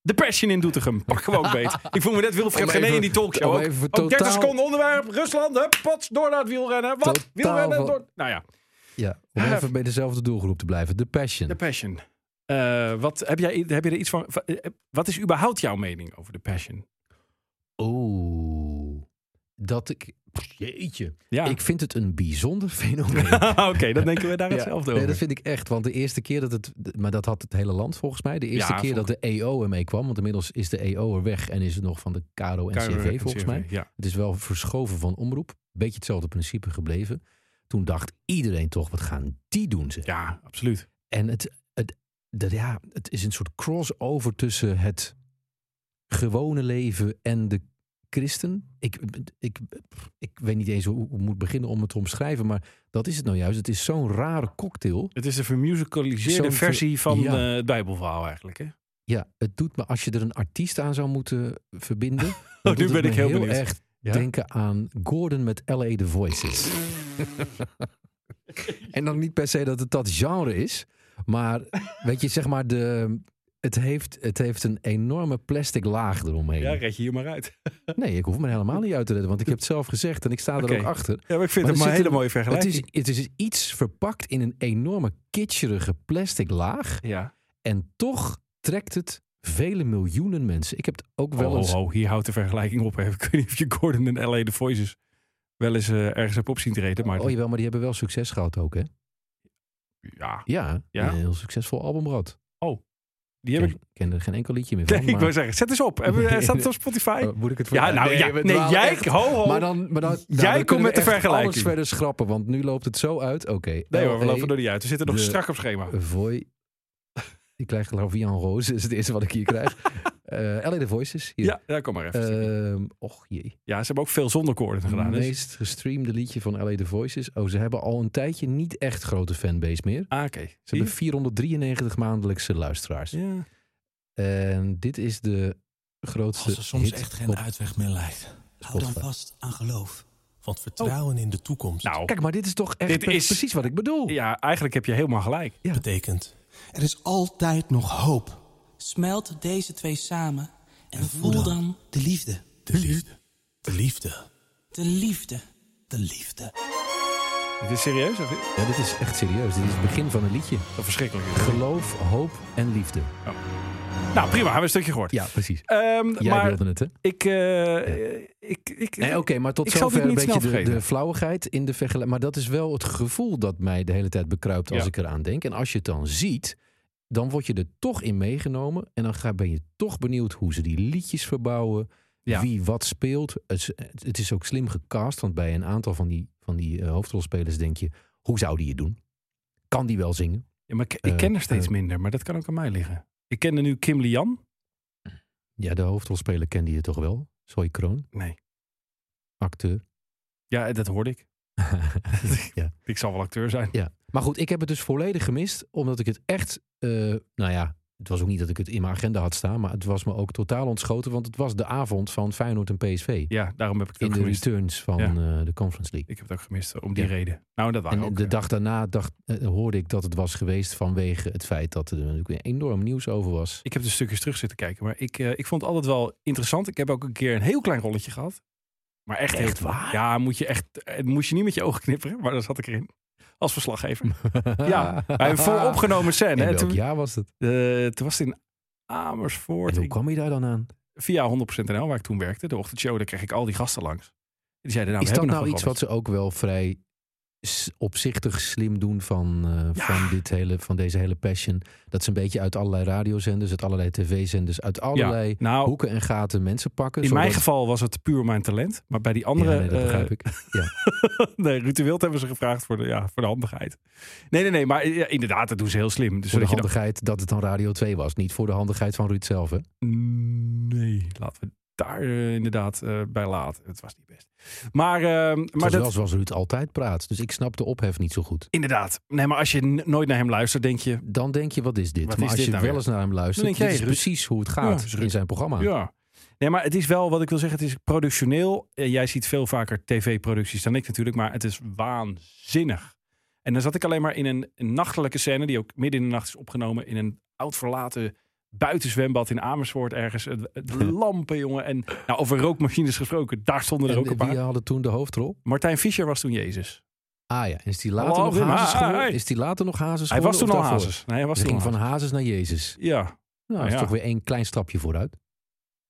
Speaker 3: De Passion in Doetinchem. Pak gewoon beet. Ik voel me net Wilfred
Speaker 4: Om
Speaker 3: Gené
Speaker 4: even-
Speaker 3: in die talkshow.
Speaker 4: om
Speaker 3: Ook,
Speaker 4: even
Speaker 3: ook
Speaker 4: totaal-
Speaker 3: 30 seconden onderwerp. Rusland, hup, pots, door naar het wielrennen. Wat?
Speaker 4: Totaal
Speaker 3: wielrennen,
Speaker 4: van-
Speaker 3: door... Nou ja,
Speaker 4: Ja, om
Speaker 3: Ah.
Speaker 4: even bij dezelfde doelgroep te blijven. De passion.
Speaker 3: de Passion. Eh, wat, heb, jij, heb je er iets van... va- eh, Wat is überhaupt jouw mening over de Passion?
Speaker 4: Oeh. Dat ik Jeetje.
Speaker 3: Ja,
Speaker 4: Ik vind het een bijzonder fenomeen.
Speaker 3: oké, dan denken we daar
Speaker 4: Ja.
Speaker 3: hetzelfde
Speaker 4: Nee,
Speaker 3: over.
Speaker 4: dat vind ik echt. Want de eerste keer dat het. Maar dat had het hele land volgens mij. De eerste
Speaker 3: Ja,
Speaker 4: keer dat de EO ermee kwam. Want inmiddels is de EO er weg. En is het nog van de KRO en
Speaker 3: Kuiper
Speaker 4: CV volgens mij.
Speaker 3: Ja.
Speaker 4: Het is wel verschoven van omroep. Beetje hetzelfde principe gebleven. Toen dacht iedereen toch, wat gaan die doen ze?
Speaker 3: ja, absoluut.
Speaker 4: En het, het, dat, ja, het is een soort crossover tussen het gewone leven en de christen. Ik, ik, ik weet niet eens hoe hoe ik moet beginnen om het te omschrijven, maar dat is het nou juist. Het is zo'n rare cocktail.
Speaker 3: Het is een vermusicaliseerde
Speaker 4: Zo'n ver-
Speaker 3: versie van
Speaker 4: Ja.
Speaker 3: eh, het Bijbelverhaal eigenlijk. Hè?
Speaker 4: Ja, het doet me, als je er een artiest aan zou moeten verbinden, oh,
Speaker 3: nu ben ik heel benieuwd.
Speaker 4: echt
Speaker 3: Ja?
Speaker 4: denken aan Gordon met L.A. The Voices. en dan niet per se dat het dat genre is, maar weet je, zeg maar, de, het, heeft, het heeft een enorme plastic laag eromheen.
Speaker 3: Ja, red je hier maar uit.
Speaker 4: Nee, ik hoef me helemaal niet uit te redden, want ik heb het zelf gezegd en ik sta
Speaker 3: Oké.
Speaker 4: er ook achter.
Speaker 3: Ja, maar ik vind
Speaker 4: Maar
Speaker 3: het maar een
Speaker 4: er zit
Speaker 3: hele
Speaker 4: een-
Speaker 3: mooie
Speaker 4: Het
Speaker 3: vergelijking.
Speaker 4: is, het is iets verpakt in een enorme kitscherige plastic laag.
Speaker 3: Ja.
Speaker 4: En toch trekt het vele miljoenen mensen. Ik heb het ook wel
Speaker 3: Oh, Ho, ho,
Speaker 4: eens.
Speaker 3: ho, hier houdt de vergelijking op. hè. Ik weet niet of je Gordon en L.A. The Voices wel eens eh, ergens hebt op zien treden. Maar
Speaker 4: Oh jawel, maar die hebben wel succes gehad ook, hè?
Speaker 3: ja,
Speaker 4: Ja,
Speaker 3: Ja?
Speaker 4: een heel succesvol album gehad.
Speaker 3: die
Speaker 4: Ik
Speaker 3: heb ik...
Speaker 4: ken, ken er geen enkel liedje meer van.
Speaker 3: Nee, ik
Speaker 4: maar-
Speaker 3: wil zeggen, zet eens op. Hebben we- Staat het op Spotify?
Speaker 4: Oh, moet ik het voor
Speaker 3: ja, nou, ja,
Speaker 4: we
Speaker 3: nee,
Speaker 4: dwalen
Speaker 3: jij...
Speaker 4: echt-
Speaker 3: Ho, ho.
Speaker 4: Maar dan, maar dan, nou,
Speaker 3: Jij
Speaker 4: dan
Speaker 3: komt
Speaker 4: kunnen we
Speaker 3: met de
Speaker 4: echt
Speaker 3: vergelijking.
Speaker 4: alles verder schrappen, want nu loopt het zo uit. Oké. E
Speaker 3: Nee hoor, we
Speaker 4: LA,
Speaker 3: lopen er niet uit. We zitten nog
Speaker 4: de- eh,
Speaker 3: strak op schema.
Speaker 4: Voi. Ik krijg Lavian Rose, is het eerste wat ik hier krijg. Eh LA The Voices. Hier.
Speaker 3: Ja, ja, kom maar even.
Speaker 4: Ehm, och jee.
Speaker 3: ja, ze hebben ook veel zonder koorden gedaan.
Speaker 4: Het
Speaker 3: dus-
Speaker 4: meest gestreamde liedje van LA The Voices. Oh, ze hebben al een tijdje niet echt grote fanbase meer.
Speaker 3: Ah, oké.
Speaker 4: Ze hebben 493 maandelijkse luisteraars.
Speaker 3: Ja.
Speaker 4: En dit is de grootste
Speaker 6: Als er soms
Speaker 4: hit
Speaker 6: echt geen
Speaker 4: op-
Speaker 6: uitweg meer lijkt, hou dan
Speaker 4: Spotify.
Speaker 6: vast aan geloof. Want vertrouwen in de toekomst
Speaker 3: Nou,
Speaker 4: Kijk, maar dit is toch echt
Speaker 3: Dit
Speaker 4: pre-
Speaker 3: is-
Speaker 4: precies wat ik bedoel.
Speaker 3: ja, eigenlijk heb je helemaal gelijk.
Speaker 6: betekent... Er is altijd nog hoop.
Speaker 7: Smelt deze twee samen en,
Speaker 6: voel dan
Speaker 7: voel dan,
Speaker 6: De liefde. De liefde. De liefde.
Speaker 7: de liefde.
Speaker 6: De liefde.
Speaker 3: Het is serieus, of niet?
Speaker 4: Ja, dit is echt serieus. Dit is het begin van een liedje.
Speaker 3: Dat verschrikkelijk is.
Speaker 4: Geloof, hoop en liefde.
Speaker 3: Nou, prima. Hebben we een stukje gehoord.
Speaker 4: Ja, precies.
Speaker 3: Ehm,
Speaker 4: Jij
Speaker 3: maar
Speaker 4: wilde het, hè?
Speaker 3: ik, eh, ik, ik...
Speaker 4: Nee, Oké, maar tot
Speaker 3: Ik zal dit
Speaker 4: zover een
Speaker 3: niet snel
Speaker 4: beetje de,
Speaker 3: vergeten.
Speaker 4: de flauwigheid in de vergelijking. Maar dat is wel het gevoel dat mij de hele tijd bekruipt als
Speaker 3: Ja.
Speaker 4: ik eraan denk. En als je het dan ziet, dan word je er toch in meegenomen. En dan ga, ben je toch benieuwd hoe ze die liedjes verbouwen.
Speaker 3: Ja.
Speaker 4: Wie wat speelt. Het, is- het is ook slim gecast, want bij een aantal van die, van die eh, hoofdrolspelers denk je... Hoe zou die het doen? Kan die wel zingen?
Speaker 3: Ja, maar ik, ik
Speaker 4: Eh,
Speaker 3: ken er steeds
Speaker 4: eh.
Speaker 3: minder, maar dat kan ook aan mij liggen. Ik kende nu Kim Lian.
Speaker 4: Ja, de hoofdrolspeler kende je toch wel? Zoe Kroon,
Speaker 3: Nee.
Speaker 4: acteur.
Speaker 3: Ja, dat hoorde ik.
Speaker 4: ja.
Speaker 3: Ik zal wel acteur zijn.
Speaker 4: Ja, maar goed, ik heb het dus volledig gemist, omdat ik het echt, eh, nou ja, het was ook niet dat ik het in mijn agenda had staan, maar het was me ook totaal ontschoten, want het was de avond van Feyenoord en PSV
Speaker 3: Ja, daarom heb ik het
Speaker 4: in
Speaker 3: ook
Speaker 4: de
Speaker 3: gemist.
Speaker 4: returns van
Speaker 3: Ja.
Speaker 4: eh, de Conference League.
Speaker 3: Ik heb het ook gemist, om die
Speaker 4: Ja.
Speaker 3: reden. Nou, dat waren
Speaker 4: En
Speaker 3: ook...
Speaker 4: de
Speaker 3: eh,
Speaker 4: dag daarna dacht, eh, hoorde ik dat het was geweest vanwege het feit dat er natuurlijk enorm nieuws over was.
Speaker 3: Ik heb de stukjes terug zitten kijken, maar ik, eh, ik vond het altijd wel interessant. Ik heb ook een keer een heel klein rolletje gehad. Maar echt,
Speaker 4: Echt
Speaker 3: heel-
Speaker 4: waar?
Speaker 3: Ja, moet je echt, eh, moest je niet met je ogen knipperen, maar daar zat ik erin. Als verslaggever. Ja, bij een vooropgenomen scène.
Speaker 4: En
Speaker 3: hè.
Speaker 4: welk
Speaker 3: Toen,
Speaker 4: jaar was het?
Speaker 3: eh, toen was het in
Speaker 4: En
Speaker 3: Amersfoort.
Speaker 4: hoe
Speaker 3: Ik-
Speaker 4: kwam je daar dan aan?
Speaker 3: via 100% NL, waar ik toen werkte, de ochtendshow, daar kreeg ik al die gasten langs. Die zeiden, nou,
Speaker 4: Is
Speaker 3: we
Speaker 4: dat
Speaker 3: hebben
Speaker 4: nou
Speaker 3: nog
Speaker 4: iets
Speaker 3: wel
Speaker 4: wat ze ook wel vrij s- opzichtig slim doen van, eh, van, dit hele, van deze hele passion? Dat ze een beetje uit allerlei radiozenders, uit allerlei tv-zenders, uit allerlei
Speaker 3: Ja, nou,
Speaker 4: hoeken en gaten mensen pakken.
Speaker 3: in
Speaker 4: zodat-
Speaker 3: mijn geval was het puur mijn talent. Maar bij die andere...
Speaker 4: Ja, nee, dat
Speaker 3: eh,
Speaker 4: begrijp ik.
Speaker 3: nee, Ruud de Wild hebben ze gevraagd voor de, ja, voor de handigheid. Nee, nee, nee. Maar eh, ja, inderdaad, dat doen ze heel slim. Dus
Speaker 4: Voor de
Speaker 3: zodat je dan-
Speaker 4: handigheid dat het dan Radio 2 was. Niet voor de handigheid van Ruud zelf. Hè?
Speaker 3: Nee, laten we daar eh, inderdaad eh, bij laten. Het was niet best. Maar, eh, maar
Speaker 4: Maar
Speaker 3: dat...
Speaker 4: zoals Ruud altijd praat. Dus ik snap de ophef niet zo goed.
Speaker 3: Inderdaad. Nee, maar als je n- nooit naar hem luistert, denk je...
Speaker 4: Dan denk je, wat is dit?
Speaker 3: Wat
Speaker 4: maar
Speaker 3: is
Speaker 4: als
Speaker 3: dit
Speaker 4: je
Speaker 3: nou
Speaker 4: wel
Speaker 3: weer?
Speaker 4: eens naar hem luistert,
Speaker 3: Dan denk je,
Speaker 4: dit is
Speaker 3: hey, Ruud.
Speaker 4: precies hoe het
Speaker 3: Ja, dat
Speaker 4: gaat
Speaker 3: is Ruud.
Speaker 4: in zijn programma.
Speaker 3: Ja. Nee, maar het is wel, wat ik wil zeggen, het is productioneel. Eh, Jij ziet veel vaker tv-producties dan ik natuurlijk, maar het is waanzinnig. En dan zat ik alleen maar in een, een nachtelijke scène, die ook midden in de nacht is opgenomen, in een oud verlaten buitenzwembad in Amersfoort ergens. Het, het lampen, jongen. En nou, over rookmachines gesproken, daar stonden er
Speaker 4: En eh,
Speaker 3: ook een
Speaker 4: wie
Speaker 3: paar.
Speaker 4: hadden toen de hoofdrol?
Speaker 3: Martijn Fischer was toen Jezus.
Speaker 4: Ah ja, en is die
Speaker 3: Hallo,
Speaker 4: later nog
Speaker 3: Wim,
Speaker 4: Hazes
Speaker 3: hi,
Speaker 4: geworden?
Speaker 3: hi.
Speaker 4: Is die later nog Hazes
Speaker 3: Hij was
Speaker 4: geworden
Speaker 3: toen
Speaker 4: of
Speaker 3: al
Speaker 4: daarvoor?
Speaker 3: Hazes. Nee, hij was
Speaker 4: Hij
Speaker 3: toen
Speaker 4: ging
Speaker 3: al
Speaker 4: van
Speaker 3: Hazes.
Speaker 4: Hazes naar Jezus.
Speaker 3: Ja,
Speaker 4: Nou, dat is
Speaker 3: Ja.
Speaker 4: toch weer één klein stapje vooruit.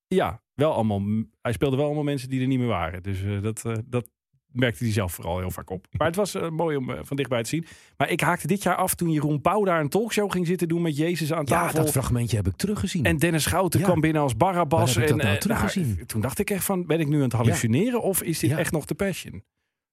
Speaker 3: ja, wel allemaal. Hij speelde wel allemaal mensen die er niet meer waren. Dus eh, dat, eh, dat, merkte hij zelf vooral heel vaak op. Maar het was eh, mooi om eh, van dichtbij te zien. Maar ik haakte dit jaar af toen Jeroen Pauw daar een talkshow ging zitten doen met Jezus aan
Speaker 4: Ja,
Speaker 3: tafel.
Speaker 4: dat fragmentje heb ik teruggezien.
Speaker 3: En Dennis Schouten
Speaker 4: Ja.
Speaker 3: kwam binnen als
Speaker 4: Waar
Speaker 3: Barabbas.
Speaker 4: heb ik
Speaker 3: en,
Speaker 4: dat nou
Speaker 3: eh,
Speaker 4: teruggezien?
Speaker 3: toen dacht ik echt van, ben ik nu aan het hallucineren of is dit
Speaker 4: Ja.
Speaker 3: echt nog de passion?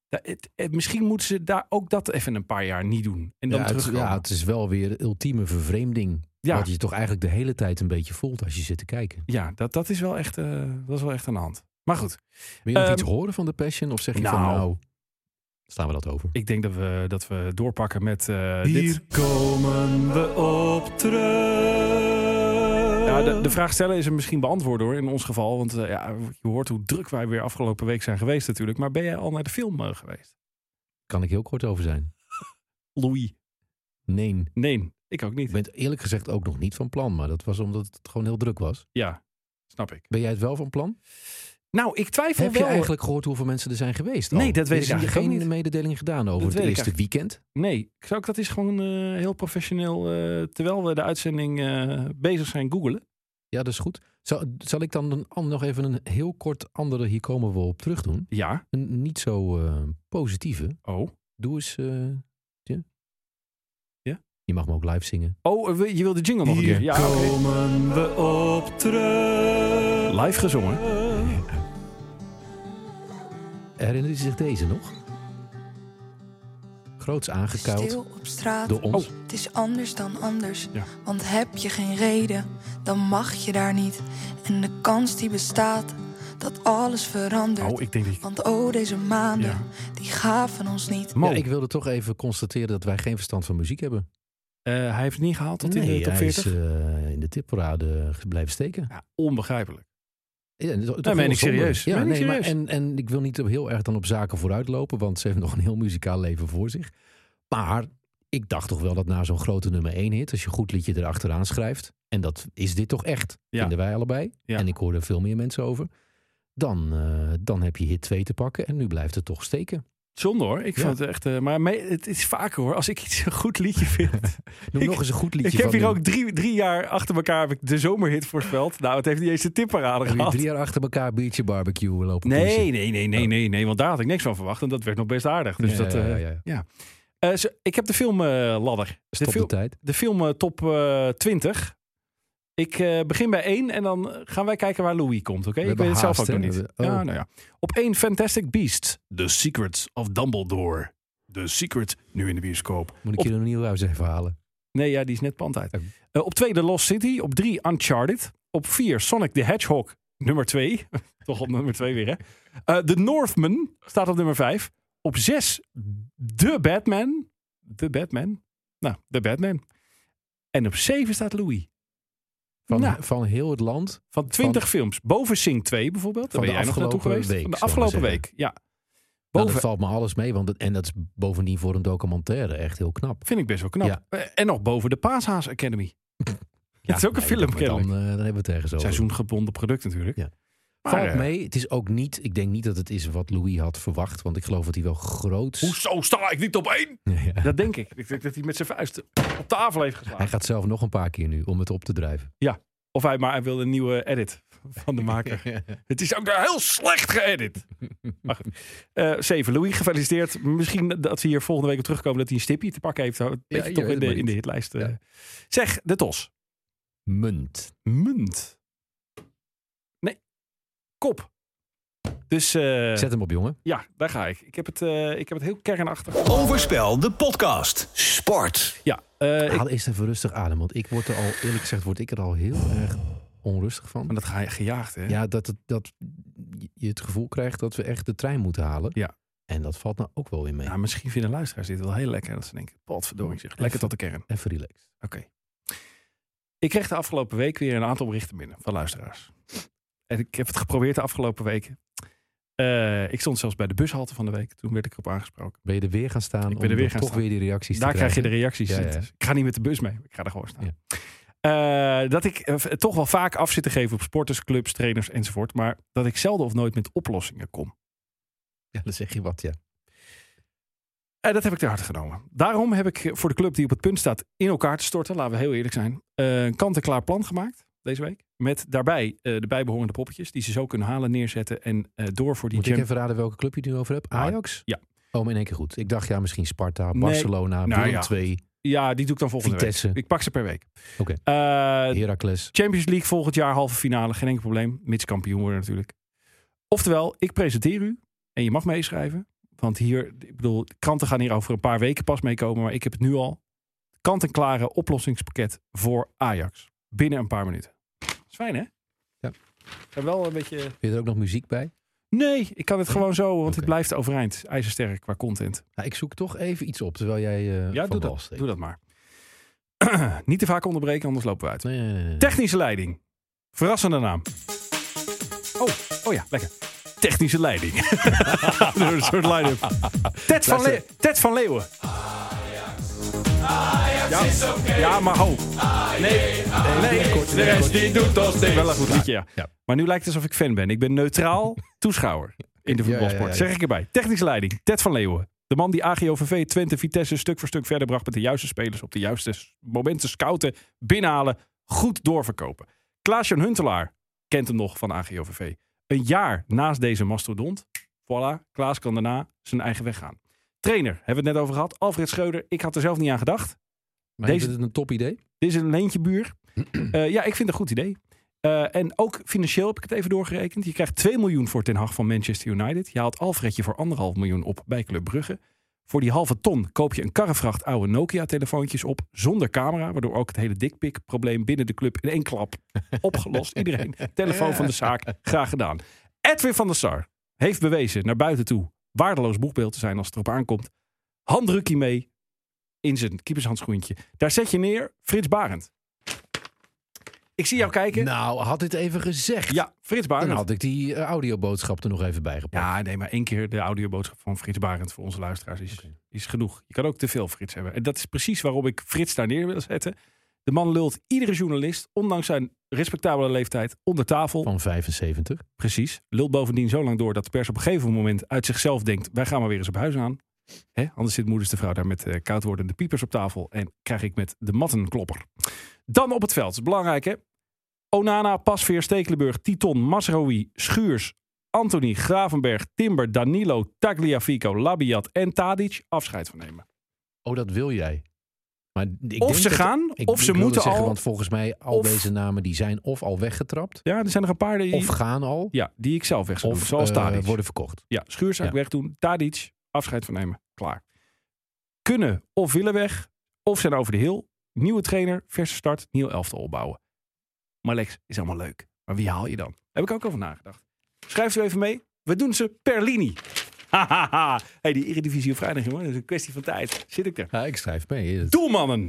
Speaker 3: Da- het- het- misschien moeten ze daar ook dat even een paar jaar niet doen. En dan
Speaker 4: ja, het,
Speaker 3: terugkomen.
Speaker 4: ja, het is wel weer de ultieme vervreemding.
Speaker 3: Ja.
Speaker 4: Wat je toch eigenlijk de hele tijd een beetje voelt als je zit te kijken.
Speaker 3: Ja, dat, dat, is wel echt, eh, dat is wel echt aan de hand. Maar goed,
Speaker 4: Wil je nog
Speaker 3: Ehm,
Speaker 4: iets horen van de Passion? Of zeg je van
Speaker 3: nou.
Speaker 4: nou, slaan we dat over?
Speaker 3: ik denk dat we, dat we doorpakken met eh, dit.
Speaker 4: komen we op terug.
Speaker 3: Ja, de, de vraag stellen is er misschien beantwoord hoor, in ons geval. Want eh, ja, je hoort hoe druk wij weer afgelopen week zijn geweest natuurlijk. Maar ben jij al naar de film eh, geweest?
Speaker 4: Kan ik heel kort over zijn?
Speaker 3: Louis.
Speaker 4: Nee.
Speaker 3: Nee, ik ook niet.
Speaker 4: Ik ben het eerlijk gezegd ook nog niet van plan. Maar dat was omdat het gewoon heel druk was.
Speaker 3: Ja, snap ik.
Speaker 4: Ben jij het wel van plan?
Speaker 3: Nou, ik twijfel
Speaker 4: Heb je
Speaker 3: wel.
Speaker 4: eigenlijk gehoord hoeveel mensen er zijn geweest? al?
Speaker 3: Nee, dat weet
Speaker 4: Er is
Speaker 3: ik
Speaker 4: hier
Speaker 3: eigenlijk ook
Speaker 4: geen
Speaker 3: niet.
Speaker 4: mededeling gedaan over
Speaker 3: Dat weet
Speaker 4: het
Speaker 3: ik
Speaker 4: eerste
Speaker 3: eigenlijk-
Speaker 4: weekend.
Speaker 3: Nee, ik zou ook dat is gewoon eh, heel professioneel. eh, terwijl we de uitzending eh, bezig zijn googelen.
Speaker 4: Ja, dat is goed. Zal, zal ik dan een an- nog even een heel kort andere hier komen we op terug doen?
Speaker 3: Ja.
Speaker 4: Een niet zo eh, positieve.
Speaker 3: Oh.
Speaker 4: Doe eens. eh, ja.
Speaker 3: Ja?
Speaker 4: Je mag me ook live zingen.
Speaker 3: Oh, eh, wil- je wil de jingle nog een keer? Ja, komen we op terug. Live gezongen.
Speaker 4: Herinnert u zich deze nog? Groots aangekuild
Speaker 8: Stil op straat,
Speaker 4: door ons.
Speaker 3: Oh.
Speaker 8: het is anders dan anders.
Speaker 3: Ja.
Speaker 8: Want heb je geen reden, dan mag je daar niet. En de kans die bestaat, dat alles verandert.
Speaker 4: Nou,
Speaker 3: Oh, ik denk dat je...
Speaker 8: Want oh, deze maanden,
Speaker 3: Ja.
Speaker 8: die gaven ons niet.
Speaker 3: Mo,
Speaker 4: Ja, ik wilde toch even constateren dat wij geen verstand van muziek hebben.
Speaker 3: eh, hij heeft het niet gehaald tot in de top
Speaker 4: hij
Speaker 3: 40.
Speaker 4: is eh, in de tipparade blijven steken.
Speaker 3: Ja, onbegrijpelijk.
Speaker 4: Ja, dat is toch
Speaker 3: meen
Speaker 4: wel
Speaker 3: ik
Speaker 4: zonde.
Speaker 3: serieus.
Speaker 4: Ja,
Speaker 3: Meen ik
Speaker 4: nee, maar
Speaker 3: serieus.
Speaker 4: en, en ik wil niet heel erg dan op zaken vooruitlopen, want ze heeft nog een heel muzikaal leven voor zich. Maar ik dacht toch wel dat na zo'n grote nummer 1 hit, als je een goed liedje erachteraan schrijft, en dat is dit toch echt,
Speaker 3: Ja.
Speaker 4: vinden wij allebei.
Speaker 3: Ja.
Speaker 4: En ik hoor er veel meer mensen over. Dan, eh, dan heb je hit 2 te pakken en nu blijft het toch steken.
Speaker 3: Zonde hoor. Ik
Speaker 4: Ja.
Speaker 3: vond het echt... eh, maar me- het is vaker hoor. Als ik iets een goed liedje vind.
Speaker 4: Noem
Speaker 3: Ik-
Speaker 4: nog eens een goed liedje
Speaker 3: ik heb
Speaker 4: van
Speaker 3: hier
Speaker 4: nu.
Speaker 3: ook drie, drie jaar achter elkaar heb ik de zomerhit voorspeld. Nou, het heeft niet eens de tipparade
Speaker 4: Heb je
Speaker 3: gehad.
Speaker 4: drie jaar achter elkaar biertje barbecue lopen
Speaker 3: Nee,
Speaker 4: poezen?
Speaker 3: nee, nee, nee, nee, nee. Want daar had ik niks van verwacht. En dat werd nog best aardig. Dus
Speaker 4: Ja,
Speaker 3: dat,
Speaker 4: ja,
Speaker 3: eh,
Speaker 4: ja, ja.
Speaker 3: eh, zo- ik heb de film eh, ladder.
Speaker 4: Stop
Speaker 3: de,
Speaker 4: de
Speaker 3: film,
Speaker 4: tijd.
Speaker 3: de film eh, top eh, 20. Ik eh, begin bij 1 en dan gaan wij kijken waar Louis komt. Oké,
Speaker 4: We
Speaker 3: Ik
Speaker 4: hebben
Speaker 3: weet het zelf ook
Speaker 4: haast,
Speaker 3: nog
Speaker 4: hè?
Speaker 3: niet.
Speaker 4: We- oh.
Speaker 3: Ja, nou ja. Op 1 Fantastic Beasts. The Secrets of Dumbledore. The Secret, nu in de bioscoop.
Speaker 4: Moet ik
Speaker 3: Op-
Speaker 4: hier een nieuw huis even halen?
Speaker 3: Nee, ja, die is net pand uit.
Speaker 4: Oh.
Speaker 3: Eh, op 2 The Lost City. Op 3 Uncharted. Op 4 Sonic the Hedgehog. Nummer 2. Toch op nummer 2 weer, hè? Eh, The Northman staat op nummer 5. Op 6 The Batman. The Batman. Nou, The Batman. En op 7 staat Louis.
Speaker 4: Van,
Speaker 3: Nou.
Speaker 4: van heel het land
Speaker 3: Van 20 films. Boven Sing 2 bijvoorbeeld. Daar
Speaker 4: Van
Speaker 3: ben
Speaker 4: de
Speaker 3: jij nog naartoe
Speaker 4: afgelopen
Speaker 3: geweest.
Speaker 4: week,
Speaker 3: van de
Speaker 4: zullen we
Speaker 3: afgelopen
Speaker 4: zeggen.
Speaker 3: week, ja.
Speaker 4: Nou,
Speaker 3: Boven,
Speaker 4: dat valt me alles mee, want het- en dat is bovendien voor een documentaire echt heel knap.
Speaker 3: vind ik best wel knap.
Speaker 4: Ja.
Speaker 3: Eh, En nog boven de Paashaas Academy. dat is ook een
Speaker 4: nee,
Speaker 3: film,
Speaker 4: dan- Dan,
Speaker 3: kennelijk.
Speaker 4: eh, dan hebben we het ergens over.
Speaker 3: Seizoengebonden product natuurlijk.
Speaker 4: Ja.
Speaker 3: Maar,
Speaker 4: Valt
Speaker 3: eh,
Speaker 4: mee, het is ook niet, ik denk niet dat het is wat Louis had verwacht, want ik geloof dat hij wel groot...
Speaker 3: Hoezo sta ik niet op één?
Speaker 4: Ja.
Speaker 3: Dat denk ik. Ik denk dat hij met zijn vuist op tafel heeft
Speaker 4: Hij
Speaker 3: geslagen.
Speaker 4: gaat zelf nog een paar keer nu om het op te drijven.
Speaker 3: Of hij, maar hij wil een nieuwe edit van de maker. Het is ook heel slecht geëdit. Maar goed. Eh, Zeven, Louis, gefeliciteerd. Misschien dat we hier volgende week op terugkomen dat hij een stipje te pakken heeft. Een beetje
Speaker 4: je
Speaker 3: toch
Speaker 4: weet
Speaker 3: in de,
Speaker 4: het
Speaker 3: in de
Speaker 4: maar
Speaker 3: hitlijst. eh.
Speaker 4: Ja.
Speaker 3: Zeg, de tos.
Speaker 4: Munt.
Speaker 3: Munt. Nee. Kop. Dus eh,
Speaker 4: Zet hem op, jongen.
Speaker 3: ja, daar ga ik. Ik heb het, eh, ik heb het heel kernachtig.
Speaker 1: Overspel, de podcast.
Speaker 2: Sport.
Speaker 3: Ja, eh, ik-
Speaker 4: Haal eerst even rustig adem, want ik word er al, eerlijk gezegd, word ik er al heel erg onrustig
Speaker 3: maar
Speaker 4: van.
Speaker 3: dat ga je gejaagd, hè?
Speaker 4: Ja, dat, het- dat je het gevoel krijgt dat we echt de trein moeten halen.
Speaker 3: Ja.
Speaker 4: En dat valt nou ook wel weer mee.
Speaker 3: Ja, misschien vinden luisteraars dit wel heel lekker. Dat ze denken, potverdorie zeg, lekker tot de kern. Oké.
Speaker 4: Even relaxed.
Speaker 3: Ik kreeg de afgelopen week weer een aantal berichten binnen van luisteraars. En ik heb het geprobeerd de afgelopen weken. Eh, ik stond zelfs bij de bushalte van de week. Toen werd ik erop aangesproken.
Speaker 4: Ben je er weer gaan staan?
Speaker 3: Ik ben
Speaker 4: om
Speaker 3: er weer
Speaker 4: dan
Speaker 3: gaan
Speaker 4: toch
Speaker 3: staan.
Speaker 4: weer die reacties
Speaker 3: Daar
Speaker 4: te
Speaker 3: krijg je
Speaker 4: krijgen?
Speaker 3: de reacties.
Speaker 4: Ja, ja.
Speaker 3: Dus Ik ga niet met de bus mee. Ik ga er gewoon staan. Eh, dat ik eh, toch wel vaak af zit te geven op sporters, clubs, trainers enzovoort. Maar dat ik zelden of nooit met oplossingen kom.
Speaker 4: Ja, dan zeg je wat, ja.
Speaker 3: En dat heb ik ter harte genomen. Daarom heb ik voor de club die op het punt staat in elkaar te storten, laten we heel eerlijk zijn, eh, een eh, kant-en-klaar plan gemaakt. deze week. Met daarbij eh, de bijbehorende poppetjes die ze zo kunnen halen, neerzetten en eh, door voor die
Speaker 4: Moet
Speaker 3: jam-
Speaker 4: ik even raden welke club je het nu over hebt? Ajax?
Speaker 3: ja.
Speaker 4: Oh, maar in één keer goed. Ik dacht ja, misschien Sparta,
Speaker 3: Nee.
Speaker 4: Barcelona,
Speaker 3: Nou
Speaker 4: Willem
Speaker 3: ja.
Speaker 4: 2,
Speaker 3: Ja, die doe ik dan volgende
Speaker 4: Vitesse.
Speaker 3: week. Ik pak ze per week.
Speaker 4: Oké.
Speaker 3: Eh,
Speaker 4: Heracles.
Speaker 3: Champions League volgend jaar halve finale, geen enkel probleem. Mits kampioen worden natuurlijk. Oftewel, ik presenteer u en je mag meeschrijven. Want hier, ik bedoel, de kranten gaan hier over een paar weken pas meekomen. Maar ik heb het nu al. Kant-en-klare oplossingspakket voor Ajax. Binnen een paar minuten. Dat is fijn, hè?
Speaker 4: Ja.
Speaker 3: En wel een beetje...
Speaker 4: Vind je er ook nog muziek bij?
Speaker 3: Nee, ik kan het gewoon zo, want het
Speaker 4: Oké.
Speaker 3: blijft overeind. IJzersterk qua content.
Speaker 4: Nou, ik zoek toch even iets op, terwijl jij eh
Speaker 3: Ja,
Speaker 4: van
Speaker 3: doe
Speaker 4: wal
Speaker 3: dat,
Speaker 4: steekt.
Speaker 3: doe dat maar. Niet te vaak onderbreken, anders lopen we uit.
Speaker 4: Nee, nee, nee, nee.
Speaker 3: Technische leiding. Verrassende naam. Oh, oh ja, lekker. Technische leiding. Door een soort line-up. Ted van, Le- Ted van Leeuwen. ja. ja, maar ho. Nee, nee, de rest die doet ons steeds. Wel een goed liedje, ja.
Speaker 4: Ja.
Speaker 3: Maar nu lijkt het alsof ik fan ben. Ik ben neutraal toeschouwer in de
Speaker 4: Ja, ja,
Speaker 3: voetbalsport.
Speaker 4: ja, ja.
Speaker 3: Zeg ik erbij. Technische leiding. Ted van Leeuwen. De man die AGOVV Twente Vitesse stuk voor stuk verder bracht met de juiste spelers op de juiste s- momenten scouten, binnenhalen, goed doorverkopen. Klaas-Jan Huntelaar kent hem nog van AGOVV. Een jaar naast deze mastodont. Voilà, Klaas kan daarna zijn eigen weg gaan. Trainer, hebben we het net over gehad. Alfred Schreuder, ik had er zelf niet aan gedacht.
Speaker 4: Maar
Speaker 3: Deze-
Speaker 4: is het een top idee?
Speaker 3: Dit is een leentjebuur. Eh ja, ik vind het een goed idee. Eh, en ook financieel heb ik het even doorgerekend. Je krijgt 2 miljoen voor Ten Hag van Manchester United. Je haalt Alfredje voor 1,5 miljoen op bij Club Brugge. Voor die halve ton koop je een karrevracht oude Nokia-telefoontjes op zonder camera. Waardoor ook het hele dikpik-probleem binnen de club in één klap opgelost. Iedereen, telefoon van de zaak, graag gedaan. Edwin van der Sar heeft bewezen naar buiten toe waardeloos boekbeeld te zijn als het erop aankomt. Handdrukje mee, in zijn keepershandschoentje. Daar zet je neer Frits Barend. Ik zie jou kijken.
Speaker 4: Nou, had dit even gezegd.
Speaker 3: ja, Frits
Speaker 4: Dan
Speaker 3: Barend.
Speaker 4: had ik die eh, audioboodschap er nog even bij gepakt.
Speaker 3: Ja, nee, maar één keer de audioboodschap van Frits Barend voor onze luisteraars is, is genoeg. Je kan ook te veel Frits hebben. En dat is precies waarom ik Frits daar neer wil zetten. De man lult iedere journalist, ondanks zijn respectabele leeftijd, onder tafel.
Speaker 4: Van 75.
Speaker 3: Precies. Lult bovendien zo lang door dat de pers op een gegeven moment uit zichzelf denkt: wij gaan maar weer eens op huis aan. Hè? Anders zit moeders de vrouw daar met eh, koud wordende piepers op tafel en krijg ik met de matten een klopper. Dan op het veld, belangrijk hè? Onana, Pasveer, Stekelenburg, Titon, Masrowi, Schuurs, Anthony, Gravenberg, Timber, Danilo, Tagliafico, Labiat en Tadic afscheid van nemen.
Speaker 4: Oh, dat wil jij. Maar ik
Speaker 3: of
Speaker 4: denk
Speaker 3: ze
Speaker 4: dat-
Speaker 3: gaan,
Speaker 4: ik-
Speaker 3: of ze
Speaker 4: ik wilde
Speaker 3: moeten
Speaker 4: zeggen,
Speaker 3: al.
Speaker 4: Want volgens mij al
Speaker 3: of-
Speaker 4: deze namen die zijn of al weggetrapt,
Speaker 3: Ja, er zijn nog een paar die,
Speaker 4: of gaan al,
Speaker 3: ja, die ik zelf weg zou
Speaker 4: of
Speaker 3: doen, zoals
Speaker 4: eh,
Speaker 3: Tadic.
Speaker 4: worden verkocht.
Speaker 3: Ja, schuurzaak
Speaker 4: Ja.
Speaker 3: wegdoen. Tadic, afscheid van nemen. Klaar. Kunnen of willen weg. Of zijn over de heel. Nieuwe trainer, verse start, nieuw elftal opbouwen. Maar Lex, is allemaal leuk. Maar wie haal je dan? Heb ik ook over nagedacht. Schrijf ze even mee. We doen ze per linie. Hahaha. hey, die Eredivisie op vrijdag, jongen. Dat is een kwestie van tijd. Zit ik er.
Speaker 4: Ja, ik schrijf mee. Dat-
Speaker 3: Doelmannen.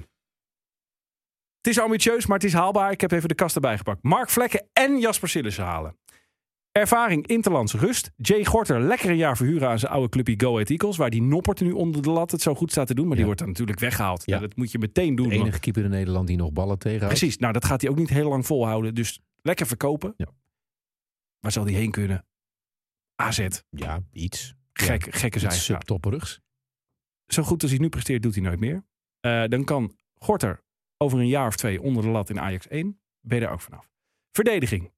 Speaker 3: Het is ambitieus, maar het is haalbaar. Ik heb even de kast erbij gepakt. Mark Vlekken en Jasper Sillissen halen. Ervaring Interlands Rust. Jay Gorter lekker een jaar verhuren aan zijn oude clubje Go Ahead Eagles. Waar die Noppert nu onder de lat het zo goed staat te doen. Maar die
Speaker 4: Ja.
Speaker 3: wordt dan natuurlijk weggehaald.
Speaker 4: Ja.
Speaker 3: Nou, dat moet je meteen doen.
Speaker 4: De
Speaker 3: want-
Speaker 4: enige keeper in Nederland die nog ballen tegenhoudt.
Speaker 3: Precies. Nou, dat gaat hij ook niet heel lang volhouden. Dus lekker verkopen.
Speaker 4: Ja.
Speaker 3: Waar zal die heen kunnen? AZ.
Speaker 4: Ja, iets.
Speaker 3: Gek, Gekke
Speaker 4: Iets
Speaker 3: zijn.
Speaker 4: subtopperigs.
Speaker 3: zo goed als hij nu presteert, doet hij nooit meer. Eh, dan kan Gorter over een jaar of twee onder de lat in Ajax 1. Ben je daar ook vanaf. Verdediging.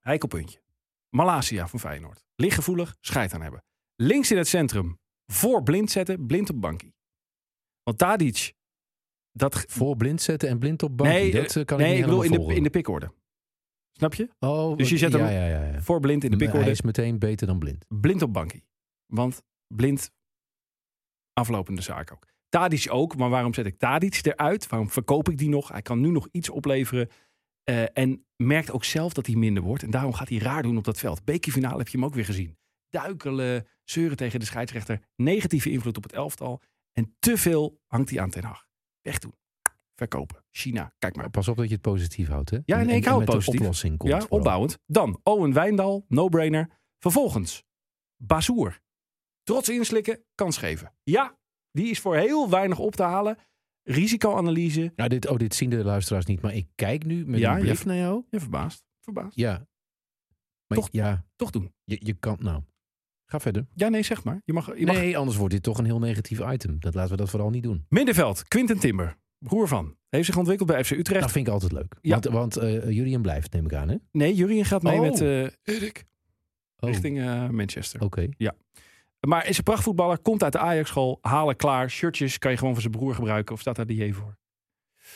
Speaker 3: Heikelpuntje. Malasia van Feyenoord. Lichtgevoelig, scheid aan hebben. Links in het centrum. Voor blind zetten, blind op bankie. Want Tadic... Dat, ge-
Speaker 4: Voor blind zetten en blind op bankie. dat eh, kan
Speaker 3: nee,
Speaker 4: ik niet
Speaker 3: bedoel in
Speaker 4: helemaal
Speaker 3: de, in de pikorde. Snap je?
Speaker 4: volgen. Oh,
Speaker 3: dus je zet
Speaker 4: ja,
Speaker 3: hem-
Speaker 4: Ja, ja, ja.
Speaker 3: Voor blind in de
Speaker 4: Hij
Speaker 3: pikorde.
Speaker 4: is meteen beter dan blind.
Speaker 3: blind op bankie. Want blind aflopende zaak ook. Tadic ook, maar waarom zet ik Tadic eruit? Waarom verkoop ik die nog? Hij kan nu nog iets opleveren. Eh, en merkt ook zelf dat hij minder wordt. En daarom gaat hij raar doen op dat veld. Bekerfinale heb je hem ook weer gezien. Duikelen, zeuren tegen de scheidsrechter. Negatieve invloed op het elftal. En te veel hangt hij aan Ten Haag. Wegdoen. Verkopen. China. Kijk maar.
Speaker 4: Pas op dat je het positief houdt, hè?
Speaker 3: Ja,
Speaker 4: En-
Speaker 3: nee, ik
Speaker 4: en-
Speaker 3: hou
Speaker 4: en
Speaker 3: het
Speaker 4: met
Speaker 3: positief.
Speaker 4: de oplossing komt.
Speaker 3: Ja,
Speaker 4: vooral.
Speaker 3: opbouwend. Dan Owen Wijndal, no-brainer. Vervolgens Bazoer. Trots inslikken, kans geven. Ja, die is voor heel weinig op te halen. Risicoanalyse.
Speaker 4: Nou, dit, oh, dit zien de luisteraars niet, maar ik kijk nu met
Speaker 3: Ja,
Speaker 4: een
Speaker 3: je
Speaker 4: blik
Speaker 3: hebt-
Speaker 4: naar jou.
Speaker 3: Ja, verbaasd. Verbaasd.
Speaker 4: Ja. Maar
Speaker 3: Toch-
Speaker 4: ja,
Speaker 3: Toch doen.
Speaker 4: je, je kan... Nou, ga verder.
Speaker 3: Ja, nee, zeg maar. Je mag, je mag...
Speaker 4: Nee, anders wordt dit toch een heel negatief item. Dat laten we dat vooral niet doen.
Speaker 3: Middenveld, Quinten Timber. Broer van. Heeft zich ontwikkeld bij FC
Speaker 4: Dat
Speaker 3: Utrecht.
Speaker 4: Nou, vind ik altijd leuk.
Speaker 3: Ja.
Speaker 4: Want, want eh, Julian blijft, neem ik aan, hè?
Speaker 3: Nee, Jurien gaat mee
Speaker 4: Oh.
Speaker 3: met eh, Erik
Speaker 4: Oh,
Speaker 3: richting eh, Manchester.
Speaker 4: Oké.
Speaker 3: Maar is een prachtvoetballer, komt uit de Ajax-school, halen klaar. Shirtjes kan je gewoon van zijn broer gebruiken. Of staat daar die voor?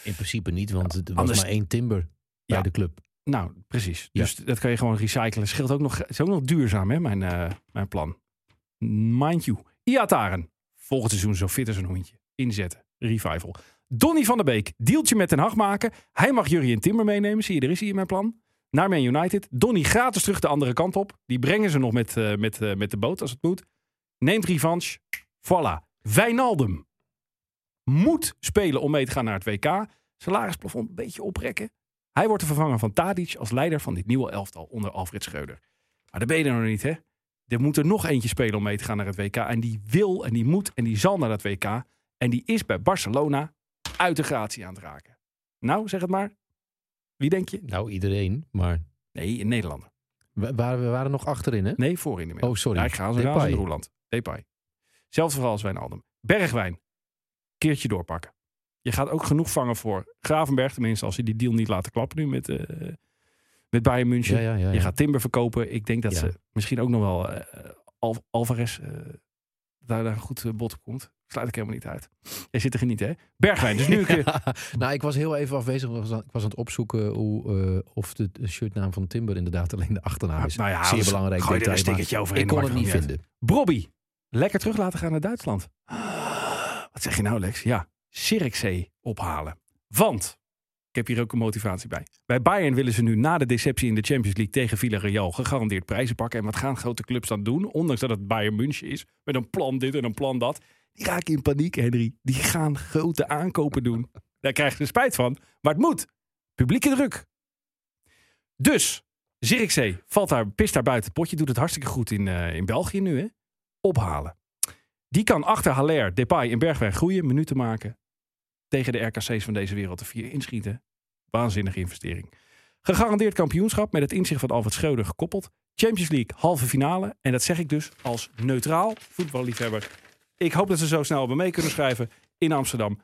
Speaker 4: In principe niet, want er was
Speaker 3: anders-
Speaker 4: maar één timber bij
Speaker 3: Ja.
Speaker 4: de club.
Speaker 3: Nou, precies.
Speaker 4: Ja.
Speaker 3: Dus dat kan je gewoon recyclen. Scheelt ook nog, het is ook nog duurzaam, hè, mijn, eh, mijn plan. Mind you. Iataren. Volgend seizoen zo fit als een hondje. Inzetten. Revival. Donny van der Beek. Deeltje met Den Hag maken. Hij mag Jurrie en Timmer meenemen. Zie je, er is hier mijn plan. Naar Man United. Donny gratis terug de andere kant op. Die brengen ze nog met, eh, met, eh, met de boot als het moet. Neemt revanche. Voilà. Wijnaldum. Moet spelen om mee te gaan naar het WK. Salarisplafond een beetje oprekken. Hij wordt de vervanger van Tadic als leider van dit nieuwe elftal onder Alfred Schreuder. Maar daar ben je er nog niet, hè? Er moet er nog eentje spelen om mee te gaan naar het WK. En die wil en die moet en die zal naar dat WK. En die is bij Barcelona uit de gratie aan het raken. Nou, zeg het maar. Wie denk je?
Speaker 4: Nou, iedereen, maar
Speaker 3: Nee, een Nederlander.
Speaker 4: we, waren, we waren nog achterin, hè?
Speaker 3: Nee, voorin de midden.
Speaker 4: Oh, sorry.
Speaker 3: Hij gaat
Speaker 4: Depay.
Speaker 3: naar zijn Roeland. Depay. Zelfs verhaal als Wijnaldum. Bergwijn. Keertje doorpakken. Je gaat ook genoeg vangen voor Gravenberg. Tenminste, als ze die deal niet laten klappen nu met, eh, met Bayern München.
Speaker 4: Ja, ja, ja,
Speaker 3: Je
Speaker 4: ja.
Speaker 3: gaat timber verkopen. Ik denk dat
Speaker 4: Ja.
Speaker 3: ze misschien ook nog wel eh, Al- Alvarez eh, daar daar een goed eh, bod op komt. Sluit ik helemaal niet uit. Je zit er genieten, hè? Bergwijn. Dus nu een keer.
Speaker 4: nou, ik was heel even afwezig. want Ik was aan, ik was aan het opzoeken hoe, eh, of de shirtnaam van Timber inderdaad alleen de achternaam is.
Speaker 3: Nou ja,
Speaker 4: Zeer
Speaker 3: dus
Speaker 4: belangrijk
Speaker 3: gooi er
Speaker 4: detail,
Speaker 3: een
Speaker 4: maar
Speaker 3: stickertje overheen,
Speaker 4: Ik kon
Speaker 3: maakt
Speaker 4: het niet
Speaker 3: het niet
Speaker 4: vinden.
Speaker 3: Brobby. Lekker terug laten gaan naar Duitsland. Wat zeg je nou, Lex? Ja, Zirkzee ophalen. Want, ik heb hier ook een motivatie bij. Bij Bayern willen ze nu na de deceptie in de Champions League tegen Villarreal gegarandeerd prijzen pakken. En wat gaan grote clubs dan doen? Ondanks dat het Bayern München is, met een plan dit en een plan dat. Die raken in paniek, Henry. Die gaan grote aankopen doen. Daar krijgen ze spijt van. Maar het moet. Publieke druk. Dus, Zirkzee valt daar, pist daar buiten het potje. Doet het hartstikke goed in, eh, in België nu, hè? Ophalen. Die kan achter Haller, Depay en Bergwijn groeien, minuten maken. Tegen de RKC's van deze wereld de vier inschieten. Waanzinnige investering. Gegarandeerd kampioenschap met het inzicht van Alfred Schreuder gekoppeld. Champions League halve finale. En dat zeg ik dus als neutraal voetballiefhebber. Ik hoop dat ze zo snel hebben mee kunnen schrijven in Amsterdam.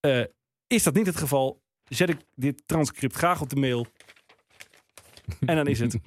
Speaker 3: Eh, is dat niet het geval? Zet ik dit transcript graag op de mail. En dan is het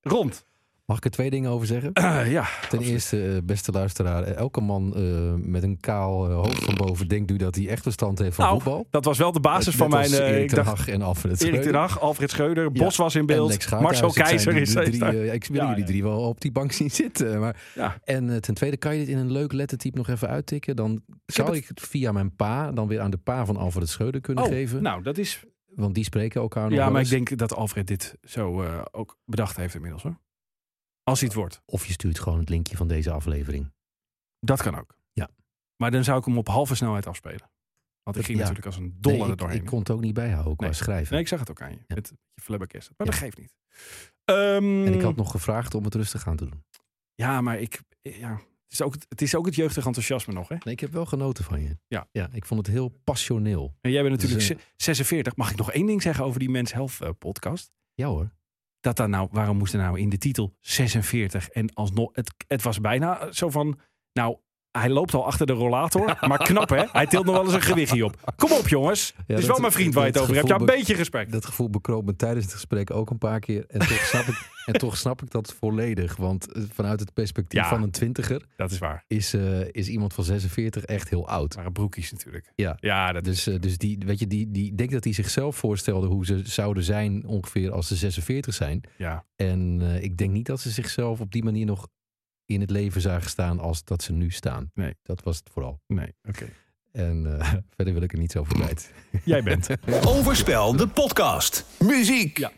Speaker 3: rond.
Speaker 4: Mag ik er twee dingen over zeggen?
Speaker 3: Eh, ja,
Speaker 4: Ten eerste, eh, beste luisteraar, eh, elke man eh, met een kaal eh, hoofd van boven denkt nu dat hij echt verstand heeft van
Speaker 3: Nou,
Speaker 4: voetbal.
Speaker 3: dat was wel de basis
Speaker 4: Net
Speaker 3: van mijn.
Speaker 4: als
Speaker 3: eh,
Speaker 4: Erik
Speaker 3: ik
Speaker 4: ten
Speaker 3: dacht,
Speaker 4: Hag en Alfred
Speaker 3: Erik ten
Speaker 4: Schreuder.
Speaker 3: Hag, Alfred Schreuder,
Speaker 4: Ja.
Speaker 3: Bos was in
Speaker 4: En
Speaker 3: beeld.
Speaker 4: Lex Gaathuis.
Speaker 3: Marcel
Speaker 4: Het zijn
Speaker 3: Keizer
Speaker 4: die
Speaker 3: is
Speaker 4: drie,
Speaker 3: steeds daar.
Speaker 4: eh, Ik wil
Speaker 3: Ja,
Speaker 4: jullie
Speaker 3: ja.
Speaker 4: drie wel op die bank zien zitten. Maar...
Speaker 3: Ja.
Speaker 4: En eh, ten tweede, kan je dit in een leuk lettertype nog even uittikken? Dan zou
Speaker 3: heb
Speaker 4: ik het via mijn pa dan weer aan de pa van Alfred Schreuder kunnen
Speaker 3: Oh,
Speaker 4: geven.
Speaker 3: nou, dat is.
Speaker 4: Want die spreken elkaar nog
Speaker 3: Ja,
Speaker 4: wel
Speaker 3: maar ik
Speaker 4: eens.
Speaker 3: denk dat Alfred dit zo eh, ook bedacht heeft inmiddels hoor. Als hij het wordt.
Speaker 4: Of je stuurt gewoon het linkje van deze aflevering.
Speaker 3: Dat kan ook.
Speaker 4: Ja.
Speaker 3: Maar dan zou ik hem op halve snelheid afspelen. Want ik
Speaker 4: Dat-
Speaker 3: ging
Speaker 4: ja.
Speaker 3: natuurlijk als een dolle
Speaker 4: Nee,
Speaker 3: er
Speaker 4: ik,
Speaker 3: doorheen.
Speaker 4: ik kon het ook niet bijhouden qua
Speaker 3: Nee.
Speaker 4: schrijven.
Speaker 3: Nee, ik zag het ook aan je.
Speaker 4: Ja.
Speaker 3: Met je flabbergasted. Maar
Speaker 4: Ja.
Speaker 3: dat geeft niet. Ehm,
Speaker 4: En ik had nog gevraagd om het rustig aan te doen.
Speaker 3: Ja, maar ik. eh, Ja, het, is ook, het- het is ook het jeugdige enthousiasme nog. Hè?
Speaker 4: Nee, ik heb wel genoten van je.
Speaker 3: Ja.
Speaker 4: ja ik vond het heel passioneel.
Speaker 3: En jij bent natuurlijk
Speaker 4: Dus,
Speaker 3: ze- 46. Mag ik nog één ding zeggen over die Men's Health eh, podcast?
Speaker 4: Ja hoor.
Speaker 3: dat daar nou, waarom moest er nou in de titel 46 en alsnog, het, het was bijna zo van, nou, hij loopt al achter de rollator, maar knap hè, hij tilt nog wel eens een gewichtje op. Kom op jongens, het is
Speaker 4: dat-
Speaker 3: wel mijn vriend waar je het
Speaker 4: dat
Speaker 3: over hebt, ja, een
Speaker 4: gevoel
Speaker 3: beetje respect.
Speaker 4: Dat gevoel bekroop me tijdens het gesprek ook een paar keer. En toch snap ik, en toch snap ik dat volledig. Want eh, vanuit het perspectief
Speaker 3: Ja.
Speaker 4: van een twintiger
Speaker 3: Dat is waar,
Speaker 4: is, eh, is iemand van 46 echt heel oud.
Speaker 3: het waren broekjes natuurlijk.
Speaker 4: Ja.
Speaker 3: Ja, dat
Speaker 4: Dus, eh, dus die, weet je, die, die ik denk dat hij zichzelf voorstelde hoe ze zouden zijn ongeveer als ze 46 zijn.
Speaker 3: ja.
Speaker 4: En eh, ik denk niet dat ze zichzelf op die manier nog in het leven zagen staan als dat ze nu staan.
Speaker 3: Nee.
Speaker 4: Dat was het vooral.
Speaker 3: Nee, oké.
Speaker 4: En eh, verder wil ik er niets over kwijt.
Speaker 3: Jij bent.
Speaker 1: Overspel, de podcast. Muziek.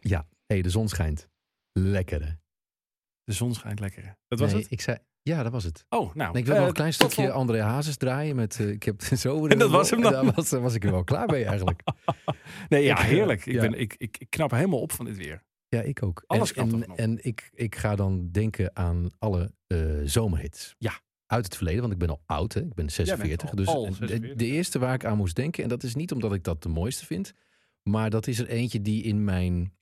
Speaker 4: Ja, hé, de zon schijnt. Lekker hè?
Speaker 3: De zon schijnt lekker. hè? Dat was
Speaker 4: Nee,
Speaker 3: het?
Speaker 4: Ik zei, ja, dat was het.
Speaker 3: Oh, nou.
Speaker 4: Nee, ik wil
Speaker 3: eh,
Speaker 4: nog een klein
Speaker 3: tot
Speaker 4: stukje André Hazes draaien. Met, eh, ik heb zo
Speaker 3: En dat was hem dan?
Speaker 4: Daar was, daar was ik er wel klaar mee eigenlijk.
Speaker 3: vol- Nee, ja,
Speaker 4: Ik, eh,
Speaker 3: heerlijk. Ik,
Speaker 4: ja.
Speaker 3: ben, ik, ik, ik knap helemaal op van dit weer.
Speaker 4: Ja, ik ook.
Speaker 3: Alles
Speaker 4: en,
Speaker 3: kan toch
Speaker 4: en,
Speaker 3: nog?
Speaker 4: en ik, ik ga dan denken aan alle eh, zomerhits.
Speaker 3: Ja.
Speaker 4: Uit het verleden, want ik ben al oud, hè? ik ben 46.
Speaker 3: al-
Speaker 4: dus
Speaker 3: al
Speaker 4: de-
Speaker 3: 46,
Speaker 4: De, eerste waar ik aan moest denken, en dat is niet omdat ik dat de mooiste vind, maar dat is er eentje die in mijn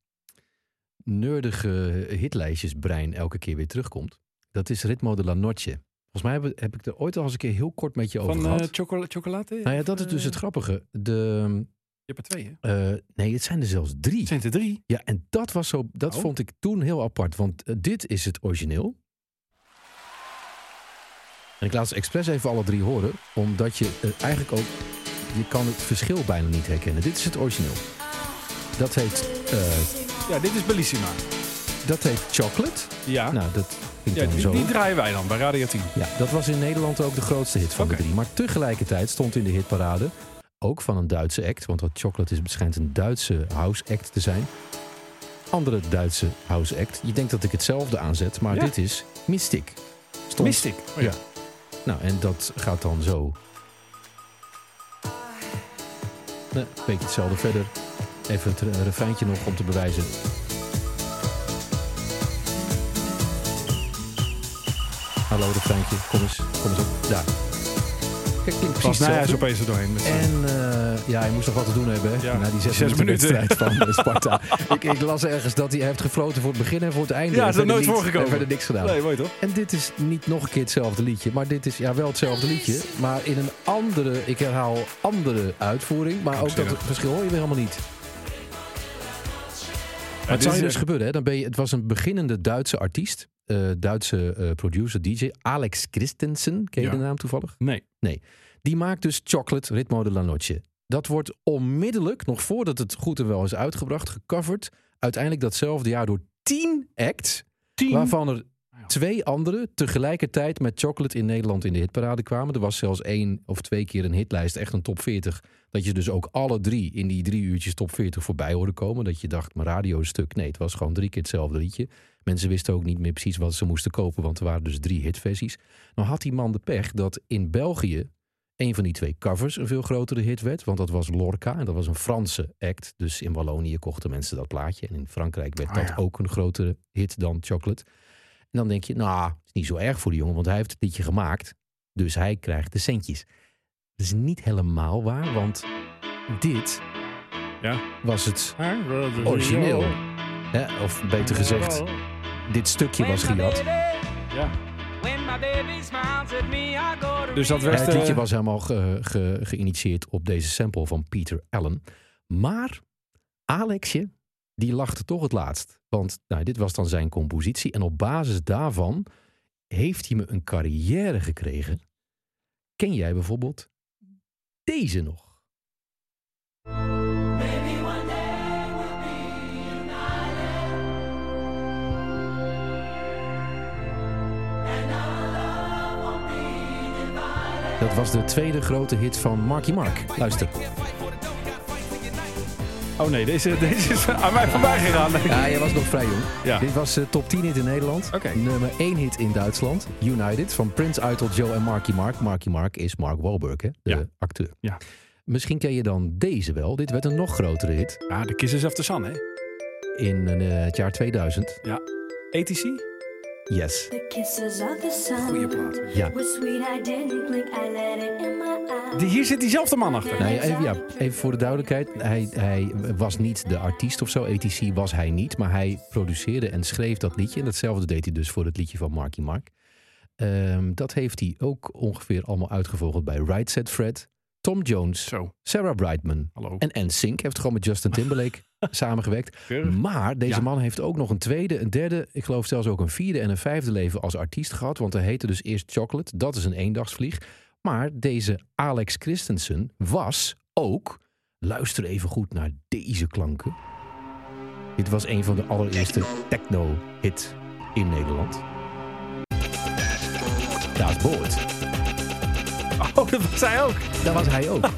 Speaker 4: nerdige hitlijstjesbrein elke keer weer terugkomt. Dat is Ritmo de la Noche. Volgens mij heb, heb ik er ooit al eens een keer heel kort met je over
Speaker 3: Van
Speaker 4: gehad.
Speaker 3: eh chocola chocolade?
Speaker 4: Nou ja, dat is dus het grappige. dus De,
Speaker 3: Je hebt er twee, hè?
Speaker 4: Eh, nee, het zijn er zelfs drie.
Speaker 3: Het zijn er drie.
Speaker 4: Ja, en dat, was zo, dat
Speaker 3: Oh.
Speaker 4: vond ik toen heel apart. Want eh, dit is het origineel. En ik laat ze expres even alle drie horen. Omdat je eh, eigenlijk ook... Je kan het verschil bijna niet herkennen. Dit is het origineel. Dat heet, eh,
Speaker 3: Ja, dit is Bellissima.
Speaker 4: dat heet Chocolate.
Speaker 3: Ja,
Speaker 4: Nou, dat klinkt
Speaker 3: Ah. ja
Speaker 4: dan
Speaker 3: die,
Speaker 4: zo.
Speaker 3: die draaien wij dan bij Radio 10.
Speaker 4: Ja, dat was in Nederland ook de grootste hit van
Speaker 3: Oké.
Speaker 4: de drie. Maar tegelijkertijd stond in de hitparade, ook van een Duitse act, want wat Chocolate is, schijnt een Duitse house act te zijn. Andere Duitse house act. Je denkt dat ik hetzelfde aanzet, maar
Speaker 3: Ja.
Speaker 4: dit is Mystic. Stond-
Speaker 3: Mystic. Oh,
Speaker 4: Ja. Nou, en dat gaat dan zo. Nee, een beetje hetzelfde verder. Even het re- refijntje nog om te bewijzen. Hallo, refijntje. Kom eens. Kom eens op. Daar. Kijk, klinkt
Speaker 3: Pas
Speaker 4: precies
Speaker 3: na, hij is
Speaker 4: hetzelfde.
Speaker 3: opeens er doorheen. met zijn-
Speaker 4: En eh, ja, hij moest nog wat te doen hebben. hè?
Speaker 3: Ja,
Speaker 4: Na die zes,
Speaker 3: zes
Speaker 4: minuten, wedstrijd van eh, Sparta. ik, ik las ergens dat hij heeft gefloten voor het begin en voor het einde.
Speaker 3: Ja,
Speaker 4: En
Speaker 3: dat is er
Speaker 4: verder
Speaker 3: nooit
Speaker 4: niet-
Speaker 3: voorgekomen.
Speaker 4: En verder niks gedaan.
Speaker 3: Nee, mooi toch?
Speaker 4: En dit is niet nog een keer hetzelfde liedje, maar dit is ja wel hetzelfde liedje, maar in een andere, ik herhaal, andere uitvoering. Maar ook dat
Speaker 3: Krankzinnig.
Speaker 4: verschil hoor je weer helemaal niet. Maar
Speaker 3: dit
Speaker 4: het
Speaker 3: is eh,
Speaker 4: zou je dus
Speaker 3: echt-
Speaker 4: gebeuren, hè? Dan ben je, het was een beginnende Duitse artiest, eh, Duitse eh, producer, DJ, Alex Christensen, ken je
Speaker 3: Ja.
Speaker 4: de naam toevallig?
Speaker 3: Nee.
Speaker 4: Die maakt dus Chocolate Ritmo de la Noche. Dat wordt onmiddellijk, nog voordat het goed en wel is uitgebracht, gecoverd. Uiteindelijk datzelfde jaar door tien acts. Waarvan er twee andere tegelijkertijd met Chocolate in Nederland in de hitparade kwamen. Er was zelfs één of twee keer een hitlijst, echt een top 40. Dat je dus ook alle drie in die drie uurtjes top 40 voorbij hoorde komen. Dat je dacht, mijn radio is stuk. Nee, het was gewoon drie keer hetzelfde liedje. Mensen wisten ook niet meer precies wat ze moesten kopen, want er waren dus drie hitversies. Nou had die man de pech dat in België een van die twee covers een veel grotere hit werd. Want dat was Lorca en dat was een Franse act. Dus in Wallonië kochten mensen dat plaatje. En in Frankrijk werd
Speaker 3: Ah,
Speaker 4: dat
Speaker 3: ja.
Speaker 4: ook een grotere hit dan Chocolate. En dan denk je, nou, is niet zo erg voor die jongen, want hij heeft het liedje gemaakt. Dus hij krijgt de centjes. Dat is niet helemaal waar, want dit
Speaker 3: Ja.
Speaker 4: was het Mm-hmm. origineel. Hè, of beter gezegd, dit stukje was gejat.
Speaker 3: Ja.
Speaker 5: Dus
Speaker 3: Dus
Speaker 5: dat
Speaker 3: dat werd...
Speaker 4: het liedje
Speaker 3: eh,
Speaker 4: was helemaal ge- ge- geïnitieerd op deze sample van Peter Allen. Maar Alexje, die lachte toch het laatst. Want nou, dit was dan zijn compositie. En op basis daarvan heeft hij me een carrière gekregen. Ken jij bijvoorbeeld deze nog? Dat was de tweede grote hit van Marky Mark. Luister.
Speaker 3: Oh nee, deze, deze is aan mij voorbij gegaan. denk ik.
Speaker 4: Ja, jij was nog vrij jong.
Speaker 3: Ja.
Speaker 4: Dit was eh, top 10 hit in Nederland.
Speaker 3: Oké.
Speaker 4: Nummer 1 hit in Duitsland. United van Prince Eitel, Joe en Marky Mark. Marky Mark is Mark Wahlberg, hè? de
Speaker 3: Ja.
Speaker 4: acteur.
Speaker 3: Ja.
Speaker 4: Misschien ken je dan deze wel. Dit werd een nog grotere hit
Speaker 3: Ja, de Kisses of the Sun, hè?
Speaker 4: in eh, het jaar 2000.
Speaker 3: ATC?
Speaker 4: Yes.
Speaker 9: The kisses of the sun
Speaker 3: Goeie plaat.
Speaker 4: Ja.
Speaker 9: were sweet. I didn't blink. I let it in my eyes.
Speaker 3: Die, hier zit diezelfde man achter.
Speaker 4: Nou, ja, even, ja, even voor de duidelijkheid. Hij, hij was niet de artiest of zo. ETC was hij niet. Maar hij produceerde en schreef dat liedje. En datzelfde deed hij dus voor het liedje van Marky Mark. Ehm, dat heeft hij ook ongeveer allemaal uitgevogeld bij Right Set Fred, Tom Jones,
Speaker 3: Zo,
Speaker 4: Sarah Brightman.
Speaker 3: hallo.
Speaker 4: En NSYNC heeft gewoon met Justin Timberlake samengewerkt.
Speaker 3: Keurig.
Speaker 4: Maar deze
Speaker 3: Ja.
Speaker 4: man heeft ook nog een tweede, een derde, ik geloof zelfs ook een vierde en een vijfde leven als artiest gehad. Want hij heette dus eerst Chocolate. Dat is een eendagsvlieg. Maar deze Alex Christensen was ook, luister even goed naar deze klanken. Dit was een van de allereerste techno-hit in Nederland. Daar is Boord.
Speaker 3: Oh, dat was hij ook.
Speaker 4: Daar was hij ook.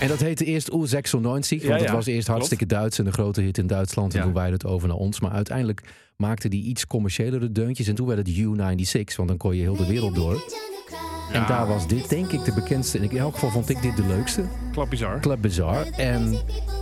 Speaker 4: en dat heette eerst U96, want
Speaker 3: Ja, ja.
Speaker 4: het was eerst hartstikke Duits en een grote hit in Duitsland. En
Speaker 3: Ja.
Speaker 4: toen waaide het over naar ons. Maar uiteindelijk maakte die iets commerciëlere deuntjes. En toen werd het U96, want dan kon je heel de wereld door. En daar was dit denk ik de bekendste. En ik- in elk geval vond ik dit de leukste.
Speaker 3: Klap bizar.
Speaker 4: Club Bizarre. En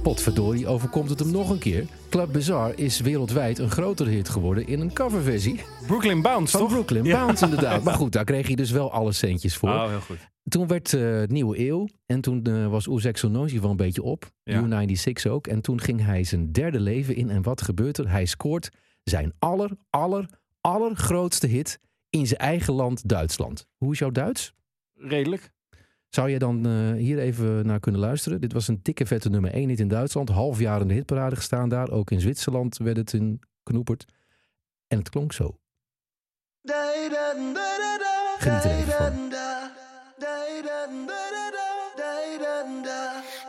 Speaker 4: potverdorie overkomt het hem nog een keer. Club Bizarre is wereldwijd een grotere hit geworden in een coverversie.
Speaker 3: Brooklyn Bounce,
Speaker 4: Van
Speaker 3: toch?
Speaker 4: Brooklyn Bounce inderdaad. Maar goed, daar kreeg je dus wel alle centjes voor.
Speaker 3: Oh, heel goed.
Speaker 4: Toen werd eh Nieuwe Eeuw en toen eh, was Oezek Sonosi wel een beetje op.
Speaker 3: Ja.
Speaker 4: U96 ook. En toen ging hij zijn derde leven in. En wat gebeurt er? Hij scoort zijn aller, aller, allergrootste hit in zijn eigen land Duitsland. Hoe is jouw Duits?
Speaker 3: Redelijk.
Speaker 4: Zou je dan eh, hier even naar kunnen luisteren? Dit was een dikke vette nummer 1 hit in Duitsland. Half jaar in de hitparade gestaan daar. Ook in Zwitserland werd het in knoeperd. En het klonk zo. Geniet er even van.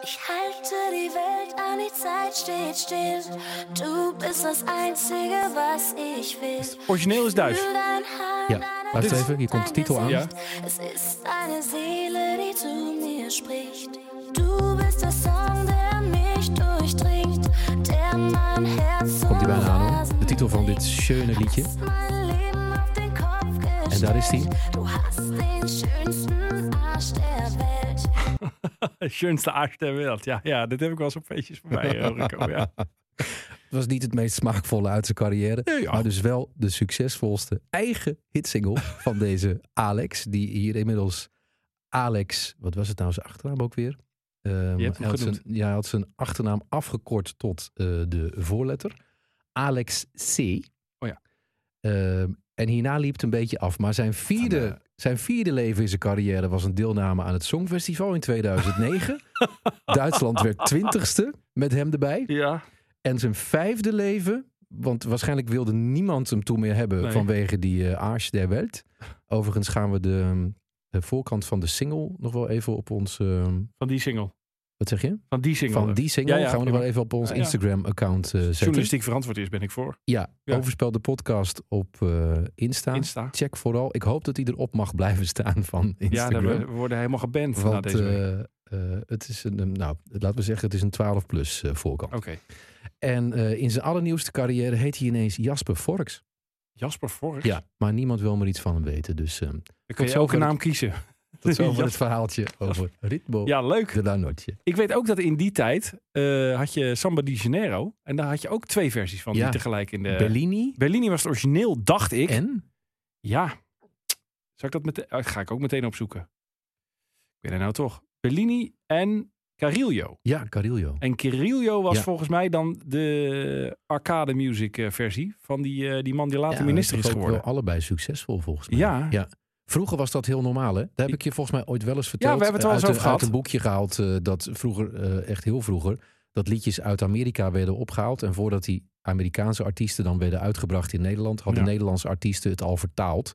Speaker 9: Ich halte die Welt an, die Zeit steht still. Du bist das Einzige, was ich will.
Speaker 3: Origineel is Duits.
Speaker 9: Fühl dein Haar
Speaker 4: Ja,
Speaker 9: an
Speaker 4: luister
Speaker 9: deinem
Speaker 4: even, hier komt de titel aan.
Speaker 3: Ja.
Speaker 9: Es ist eine Seele, die zu mir spricht. Du bist der Song, der mich durchdringt, der mein Herz
Speaker 4: Komt
Speaker 9: zum
Speaker 4: hij bijna aan hoor.
Speaker 9: Rasen
Speaker 4: De titel van dit
Speaker 9: bringt.
Speaker 4: schöne liedje.
Speaker 9: Hast mein Leben auf den Kopf
Speaker 4: En daar is die.
Speaker 9: gestellt. Du hast den schönsten Arsch der Welt.
Speaker 3: Schönste aard ter wereld. Ja, ja, dit heb ik wel eens op feestjes voorbij eh, horen komen. Ja.
Speaker 4: Het was niet het meest smaakvolle uit zijn carrière. Maar dus wel de succesvolste eigen hitsingle van deze Alex. Die hier inmiddels Alex, wat was het nou zijn achternaam ook weer? Ehm,
Speaker 3: hebt hem
Speaker 4: hij had zijn,
Speaker 3: genoemd.
Speaker 4: ja, hij had zijn achternaam afgekort tot eh, de voorletter. Alex C.
Speaker 3: Oh ja.
Speaker 4: Ehm, en hierna liep het een beetje af. Maar zijn vierde,
Speaker 3: eh,
Speaker 4: zijn vierde leven in zijn carrière was een deelname aan het Songfestival in 2009. Duitsland werd twintigste met hem erbij.
Speaker 3: ja.
Speaker 4: En zijn vijfde leven, want waarschijnlijk wilde niemand hem toen meer hebben
Speaker 3: Nee.
Speaker 4: vanwege die eh Aars der Welt. Overigens gaan we de, ehm, de voorkant van de single nog wel even op ons, ehm,
Speaker 3: Van die single.
Speaker 4: wat zeg je?
Speaker 3: Van die single. eh.
Speaker 4: Van die single
Speaker 3: Ja, ja,
Speaker 4: gaan we nog
Speaker 3: prima.
Speaker 4: wel even op ons
Speaker 3: Ja, ja.
Speaker 4: Instagram-account eh, zetten.
Speaker 3: Journalistiek verantwoord is, ben ik voor.
Speaker 4: Ja,
Speaker 3: Ja.
Speaker 4: overspel de podcast op eh, Insta.
Speaker 3: Insta.
Speaker 4: Check vooral. Ik hoop dat hij erop mag blijven staan van
Speaker 3: Ja,
Speaker 4: Instagram.
Speaker 3: daar we we worden helemaal geband na
Speaker 4: want
Speaker 3: deze week.
Speaker 4: eh, eh, het is een, eh, nou, laten we zeggen, het is een 12-plus eh, voorkant.
Speaker 3: Oké.
Speaker 4: En eh, in zijn allernieuwste carrière heet hij ineens Jasper Vorks.
Speaker 3: Jasper Vork.
Speaker 4: Ja, maar niemand wil maar iets van hem weten. Dus ehm
Speaker 3: Dan kun
Speaker 4: Tot
Speaker 3: je ook
Speaker 4: zover
Speaker 3: een
Speaker 4: het-
Speaker 3: naam kiezen.
Speaker 4: dat is over
Speaker 3: Jasper.
Speaker 4: het verhaaltje over Ritmo
Speaker 3: Ja, leuk.
Speaker 4: de La Noche.
Speaker 3: Ik weet ook dat in die tijd eh, had je Samba di Janeiro. En daar had je ook twee versies van.
Speaker 4: Ja.
Speaker 3: Die tegelijk in de...
Speaker 4: Bellini
Speaker 3: Bellini was het origineel, dacht ik.
Speaker 4: en?
Speaker 3: Ja. Zal ik dat meteen... ah, ga ik ook meteen opzoeken. Ik ben er nou toch. Bellini en Carillo.
Speaker 4: Ja, Carillo.
Speaker 3: En Carillo was
Speaker 4: Ja.
Speaker 3: volgens mij dan de arcade music eh, versie van die, eh, die man die later
Speaker 4: Ja,
Speaker 3: minister
Speaker 4: dat
Speaker 3: is
Speaker 4: toch ook
Speaker 3: geworden.
Speaker 4: Wel allebei succesvol volgens mij.
Speaker 3: Ja.
Speaker 4: Vroeger was dat heel normaal, hè? Daar heb ik je volgens mij ooit wel eens verteld.
Speaker 3: we hebben het wel
Speaker 4: uit,
Speaker 3: eens
Speaker 4: een-
Speaker 3: over gehad.
Speaker 4: Uit een boekje gehaald eh, dat vroeger, eh, echt heel vroeger, dat liedjes uit Amerika werden opgehaald. En voordat die Amerikaanse artiesten dan werden uitgebracht in Nederland, hadden
Speaker 3: Ja.
Speaker 4: Nederlandse artiesten het al vertaald.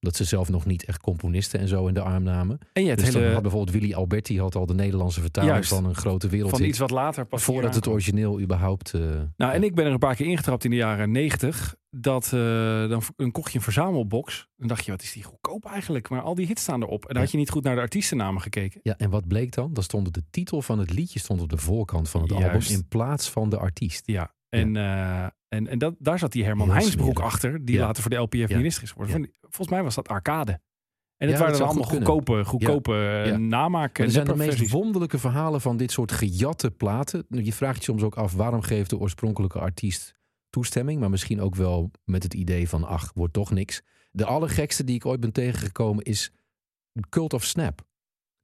Speaker 4: Omdat ze zelf nog niet echt componisten en zo in de arm namen.
Speaker 3: En je hebt
Speaker 4: Dus dan had
Speaker 3: hele...
Speaker 4: bijvoorbeeld Willy Alberti had al de Nederlandse vertaling
Speaker 3: Juist.
Speaker 4: van een grote wereld.
Speaker 3: Van iets wat later pas hier
Speaker 4: voordat het
Speaker 3: aankwam.
Speaker 4: origineel überhaupt. eh,
Speaker 3: Nou, en ik ben er een paar keer ingetrapt in de jaren negentig. Dat eh, dan, v- dan kocht je een verzamelbox. En dacht je, wat is die goedkoop eigenlijk? Maar al die hits staan erop. En dan had je niet goed naar de artiestennamen gekeken.
Speaker 4: Ja, en wat bleek dan? Dan stond de titel van het liedje stond op de voorkant van het
Speaker 3: Juist.
Speaker 4: album in plaats van de artiest.
Speaker 3: Ja. En, eh, en, en dat, daar zat die Herman
Speaker 4: Heel
Speaker 3: Heinsbroek
Speaker 4: smerig.
Speaker 3: achter. Die
Speaker 4: Ja.
Speaker 3: later voor de LPF
Speaker 4: Ja.
Speaker 3: minister is geworden.
Speaker 4: Ja.
Speaker 3: Van die- Volgens mij was dat arcade. En
Speaker 4: Ja,
Speaker 3: het waren
Speaker 4: dat
Speaker 3: dan
Speaker 4: zou
Speaker 3: allemaal
Speaker 4: goed kunnen.
Speaker 3: goedkope, goedkope eh,
Speaker 4: Ja.
Speaker 3: namaak.
Speaker 4: Maar
Speaker 3: en
Speaker 4: er zijn de meest
Speaker 3: nipperversies.
Speaker 4: wonderlijke verhalen van dit soort gejatte platen. Nou, Je vraagt je soms ook af waarom geeft de oorspronkelijke artiest toestemming, maar misschien ook wel met het idee van ach, wordt toch niks. De allergekste die ik ooit ben tegengekomen is Cult of Snap.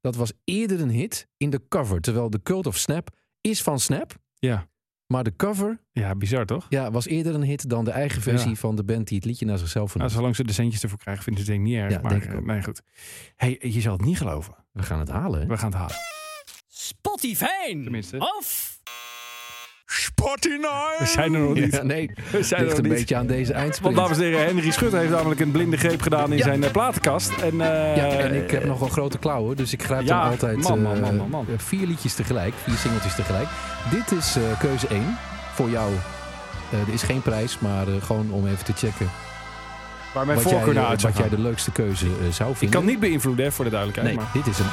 Speaker 4: Dat was eerder een hit in de cover, terwijl de Cult of Snap is van Snap,
Speaker 3: Ja.
Speaker 4: maar de cover
Speaker 3: ja, bizar toch?
Speaker 4: ja, was eerder een hit dan de eigen versie
Speaker 3: Ja.
Speaker 4: van de band die het liedje naar zichzelf
Speaker 3: Nou,
Speaker 4: vernoemt.
Speaker 3: zolang ze de centjes ervoor krijgen, vinden ze het denk ik niet erg.
Speaker 4: Ja,
Speaker 3: maar
Speaker 4: denk ik ook.
Speaker 3: eh, nee, goed. Hey, je zal het niet geloven.
Speaker 4: We gaan het halen. hè?
Speaker 3: We gaan het halen.
Speaker 5: Spotify!
Speaker 3: Tenminste.
Speaker 5: Of
Speaker 3: We zijn er nog niet.
Speaker 4: Ja, nee,
Speaker 3: We zijn
Speaker 4: ligt
Speaker 3: er
Speaker 4: een
Speaker 3: nog niet.
Speaker 4: beetje aan deze eindsprint.
Speaker 3: Want dames en heren, Henry Schutter heeft namelijk een blinde greep gedaan in
Speaker 4: Ja.
Speaker 3: zijn eh, platenkast. En, eh,
Speaker 4: Ja, en ik heb nogal grote klauwen, dus ik grijp
Speaker 3: ja,
Speaker 4: dan altijd
Speaker 3: man, man,
Speaker 4: eh,
Speaker 3: man, man, man.
Speaker 4: vier liedjes tegelijk, vier singeltjes tegelijk. Dit is eh, keuze 1 voor jou. Eh, er is geen prijs, maar eh, gewoon om even te checken
Speaker 3: waar mijn
Speaker 4: wat, jij,
Speaker 3: voorkeur naar
Speaker 4: eh,
Speaker 3: uit zou
Speaker 4: wat jij
Speaker 3: gaan.
Speaker 4: de leukste keuze eh, zou vinden.
Speaker 3: Ik kan niet beïnvloeden, hè, voor de duidelijkheid.
Speaker 4: Nee,
Speaker 3: Maar
Speaker 4: dit is hem.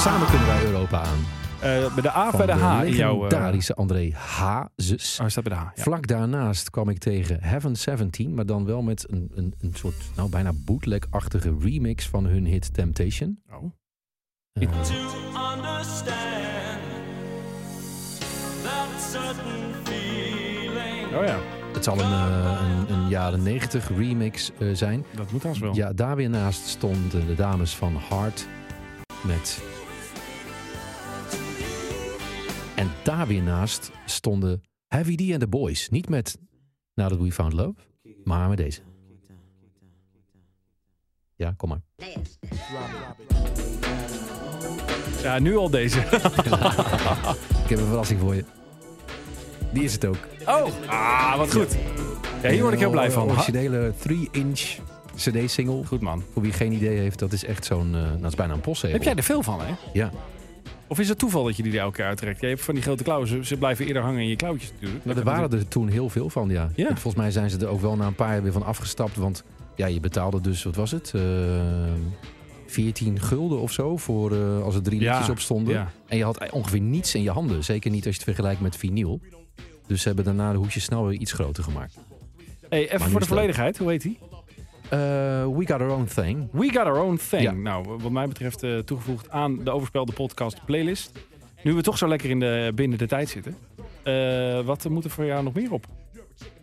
Speaker 4: Samen kunnen wij Europa aan.
Speaker 3: eh, bij de A of
Speaker 4: Van
Speaker 3: bij de H
Speaker 4: de
Speaker 3: in jouw... eh,
Speaker 4: legendarische André Hazes.
Speaker 3: oh, hij staat bij de H. Ja.
Speaker 4: Vlak daarnaast kwam ik tegen Heaven 17, maar dan wel met een, een, een soort nou, bijna bootleg-achtige remix van hun hit Temptation.
Speaker 3: Oh.
Speaker 4: Eh,
Speaker 5: understand that certain feeling.
Speaker 3: Oh ja,
Speaker 4: het zal een, eh, een, een jaren 90 remix eh, zijn.
Speaker 3: dat moet als wel.
Speaker 4: Ja, daar weer naast stonden de dames van Hart met. En daar weer naast stonden Heavy D and the Boys. Niet met Now That We Found Love, maar met deze. Ja, Ja, kom maar.
Speaker 3: Ja, nu al deze.
Speaker 4: Ik heb een verrassing voor je. Die is het ook.
Speaker 3: Oh, ah, wat goed. Ja, hier word ik heel blij
Speaker 4: Oh,
Speaker 3: van. Ha-
Speaker 4: Originele 3-inch CD-single.
Speaker 3: Goed man.
Speaker 4: Voor wie geen idee heeft, dat is echt zo'n. eh nou, dat is bijna een postzegel.
Speaker 3: Heb jij er veel van, hè?
Speaker 4: Ja.
Speaker 3: Of is het toeval dat je die er elke keer uittrekt? Je hebt van die grote klauwen, ze, ze blijven eerder hangen in je klauwtjes natuurlijk.
Speaker 4: Nou, er waren er toen heel veel van, ja.
Speaker 3: Ja.
Speaker 4: En volgens mij zijn ze er ook wel na een paar jaar weer van afgestapt. Want ja, je betaalde dus, wat was het? Eh, 14 gulden of zo voor eh, als er drie
Speaker 3: Ja,
Speaker 4: liedjes op stonden.
Speaker 3: ja.
Speaker 4: En je had ongeveer niets in je handen. Zeker niet als je het vergelijkt met vinyl. Dus ze hebben daarna de hoesjes snel weer iets groter gemaakt.
Speaker 3: Hey, even
Speaker 4: nu
Speaker 3: voor de
Speaker 4: is het
Speaker 3: volledigheid, hoe heet die?
Speaker 4: Eh, we got our own thing.
Speaker 3: We Got Our Own Thing.
Speaker 4: Ja.
Speaker 3: Nou, wat mij betreft eh, toegevoegd aan de Overspelde Podcast playlist. Nu we toch zo lekker in de, binnen de tijd zitten. eh, wat moet er voor jou nog meer op?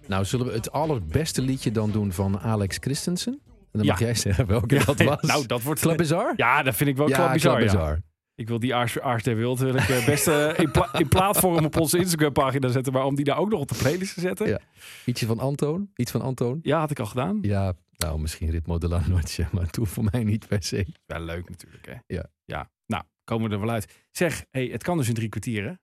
Speaker 4: Nou, zullen we het allerbeste liedje dan doen van Alex Christensen? En dan
Speaker 3: Ja.
Speaker 4: mag jij zeggen welke dat was.
Speaker 3: Nou, dat wordt...
Speaker 4: Club Bizarre?
Speaker 3: Ja, dat vind ik wel
Speaker 4: Ja,
Speaker 3: klap bizar.
Speaker 4: Club
Speaker 3: ja.
Speaker 4: Bizarre.
Speaker 3: Ik wil die Aars, Aars der Wild wil ik, eh, best eh, in, pla in plaatvorm op onze Instagram pagina zetten. Maar om die daar ook nog op de playlist te zetten. Ja,
Speaker 4: Ja. Ietsje van Antoon. Iets van Antoon.
Speaker 3: had ik al gedaan.
Speaker 4: Ja, nou, misschien Ritmo de la Noche, maar toen voor mij niet per se.
Speaker 3: Wel leuk natuurlijk, hè?
Speaker 4: Ja.
Speaker 3: ja. Nou, komen we er wel uit. Zeg, hey, het kan dus in drie kwartieren.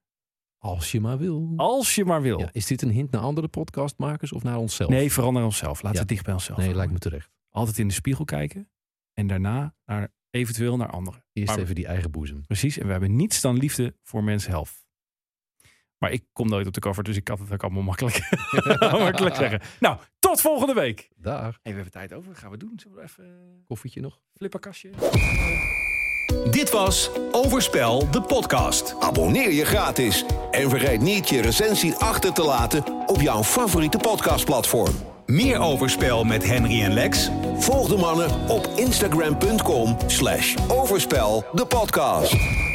Speaker 4: Als je maar wil.
Speaker 3: Als je maar wil.
Speaker 4: Ja, is dit een hint naar andere podcastmakers of naar onszelf?
Speaker 3: Nee, verander onszelf. Laten
Speaker 4: Ja.
Speaker 3: we dicht bij onszelf
Speaker 4: nee
Speaker 3: houden.
Speaker 4: lijkt me terecht.
Speaker 3: altijd in de spiegel kijken. En daarna naar, eventueel naar anderen.
Speaker 4: Eerst
Speaker 3: Maar we-
Speaker 4: even die eigen boezem.
Speaker 3: Precies. En we hebben niets dan liefde voor menshelft. Maar ik kom nooit op de cover, dus ik kan het ook allemaal makkelijk, makkelijk zeggen. Nou, tot volgende week. Hey,
Speaker 4: Daar,
Speaker 3: we hebben tijd over. Gaan we doen? Zullen we even eh,
Speaker 4: koffietje nog.
Speaker 3: flipperkastje?
Speaker 1: Dit was Overspel, de podcast.
Speaker 2: Abonneer je gratis en vergeet niet je recensie achter te laten op jouw favoriete podcastplatform.
Speaker 1: Meer Overspel met Henry en Lex
Speaker 2: Volg de mannen op instagram.com slash overspel de podcast.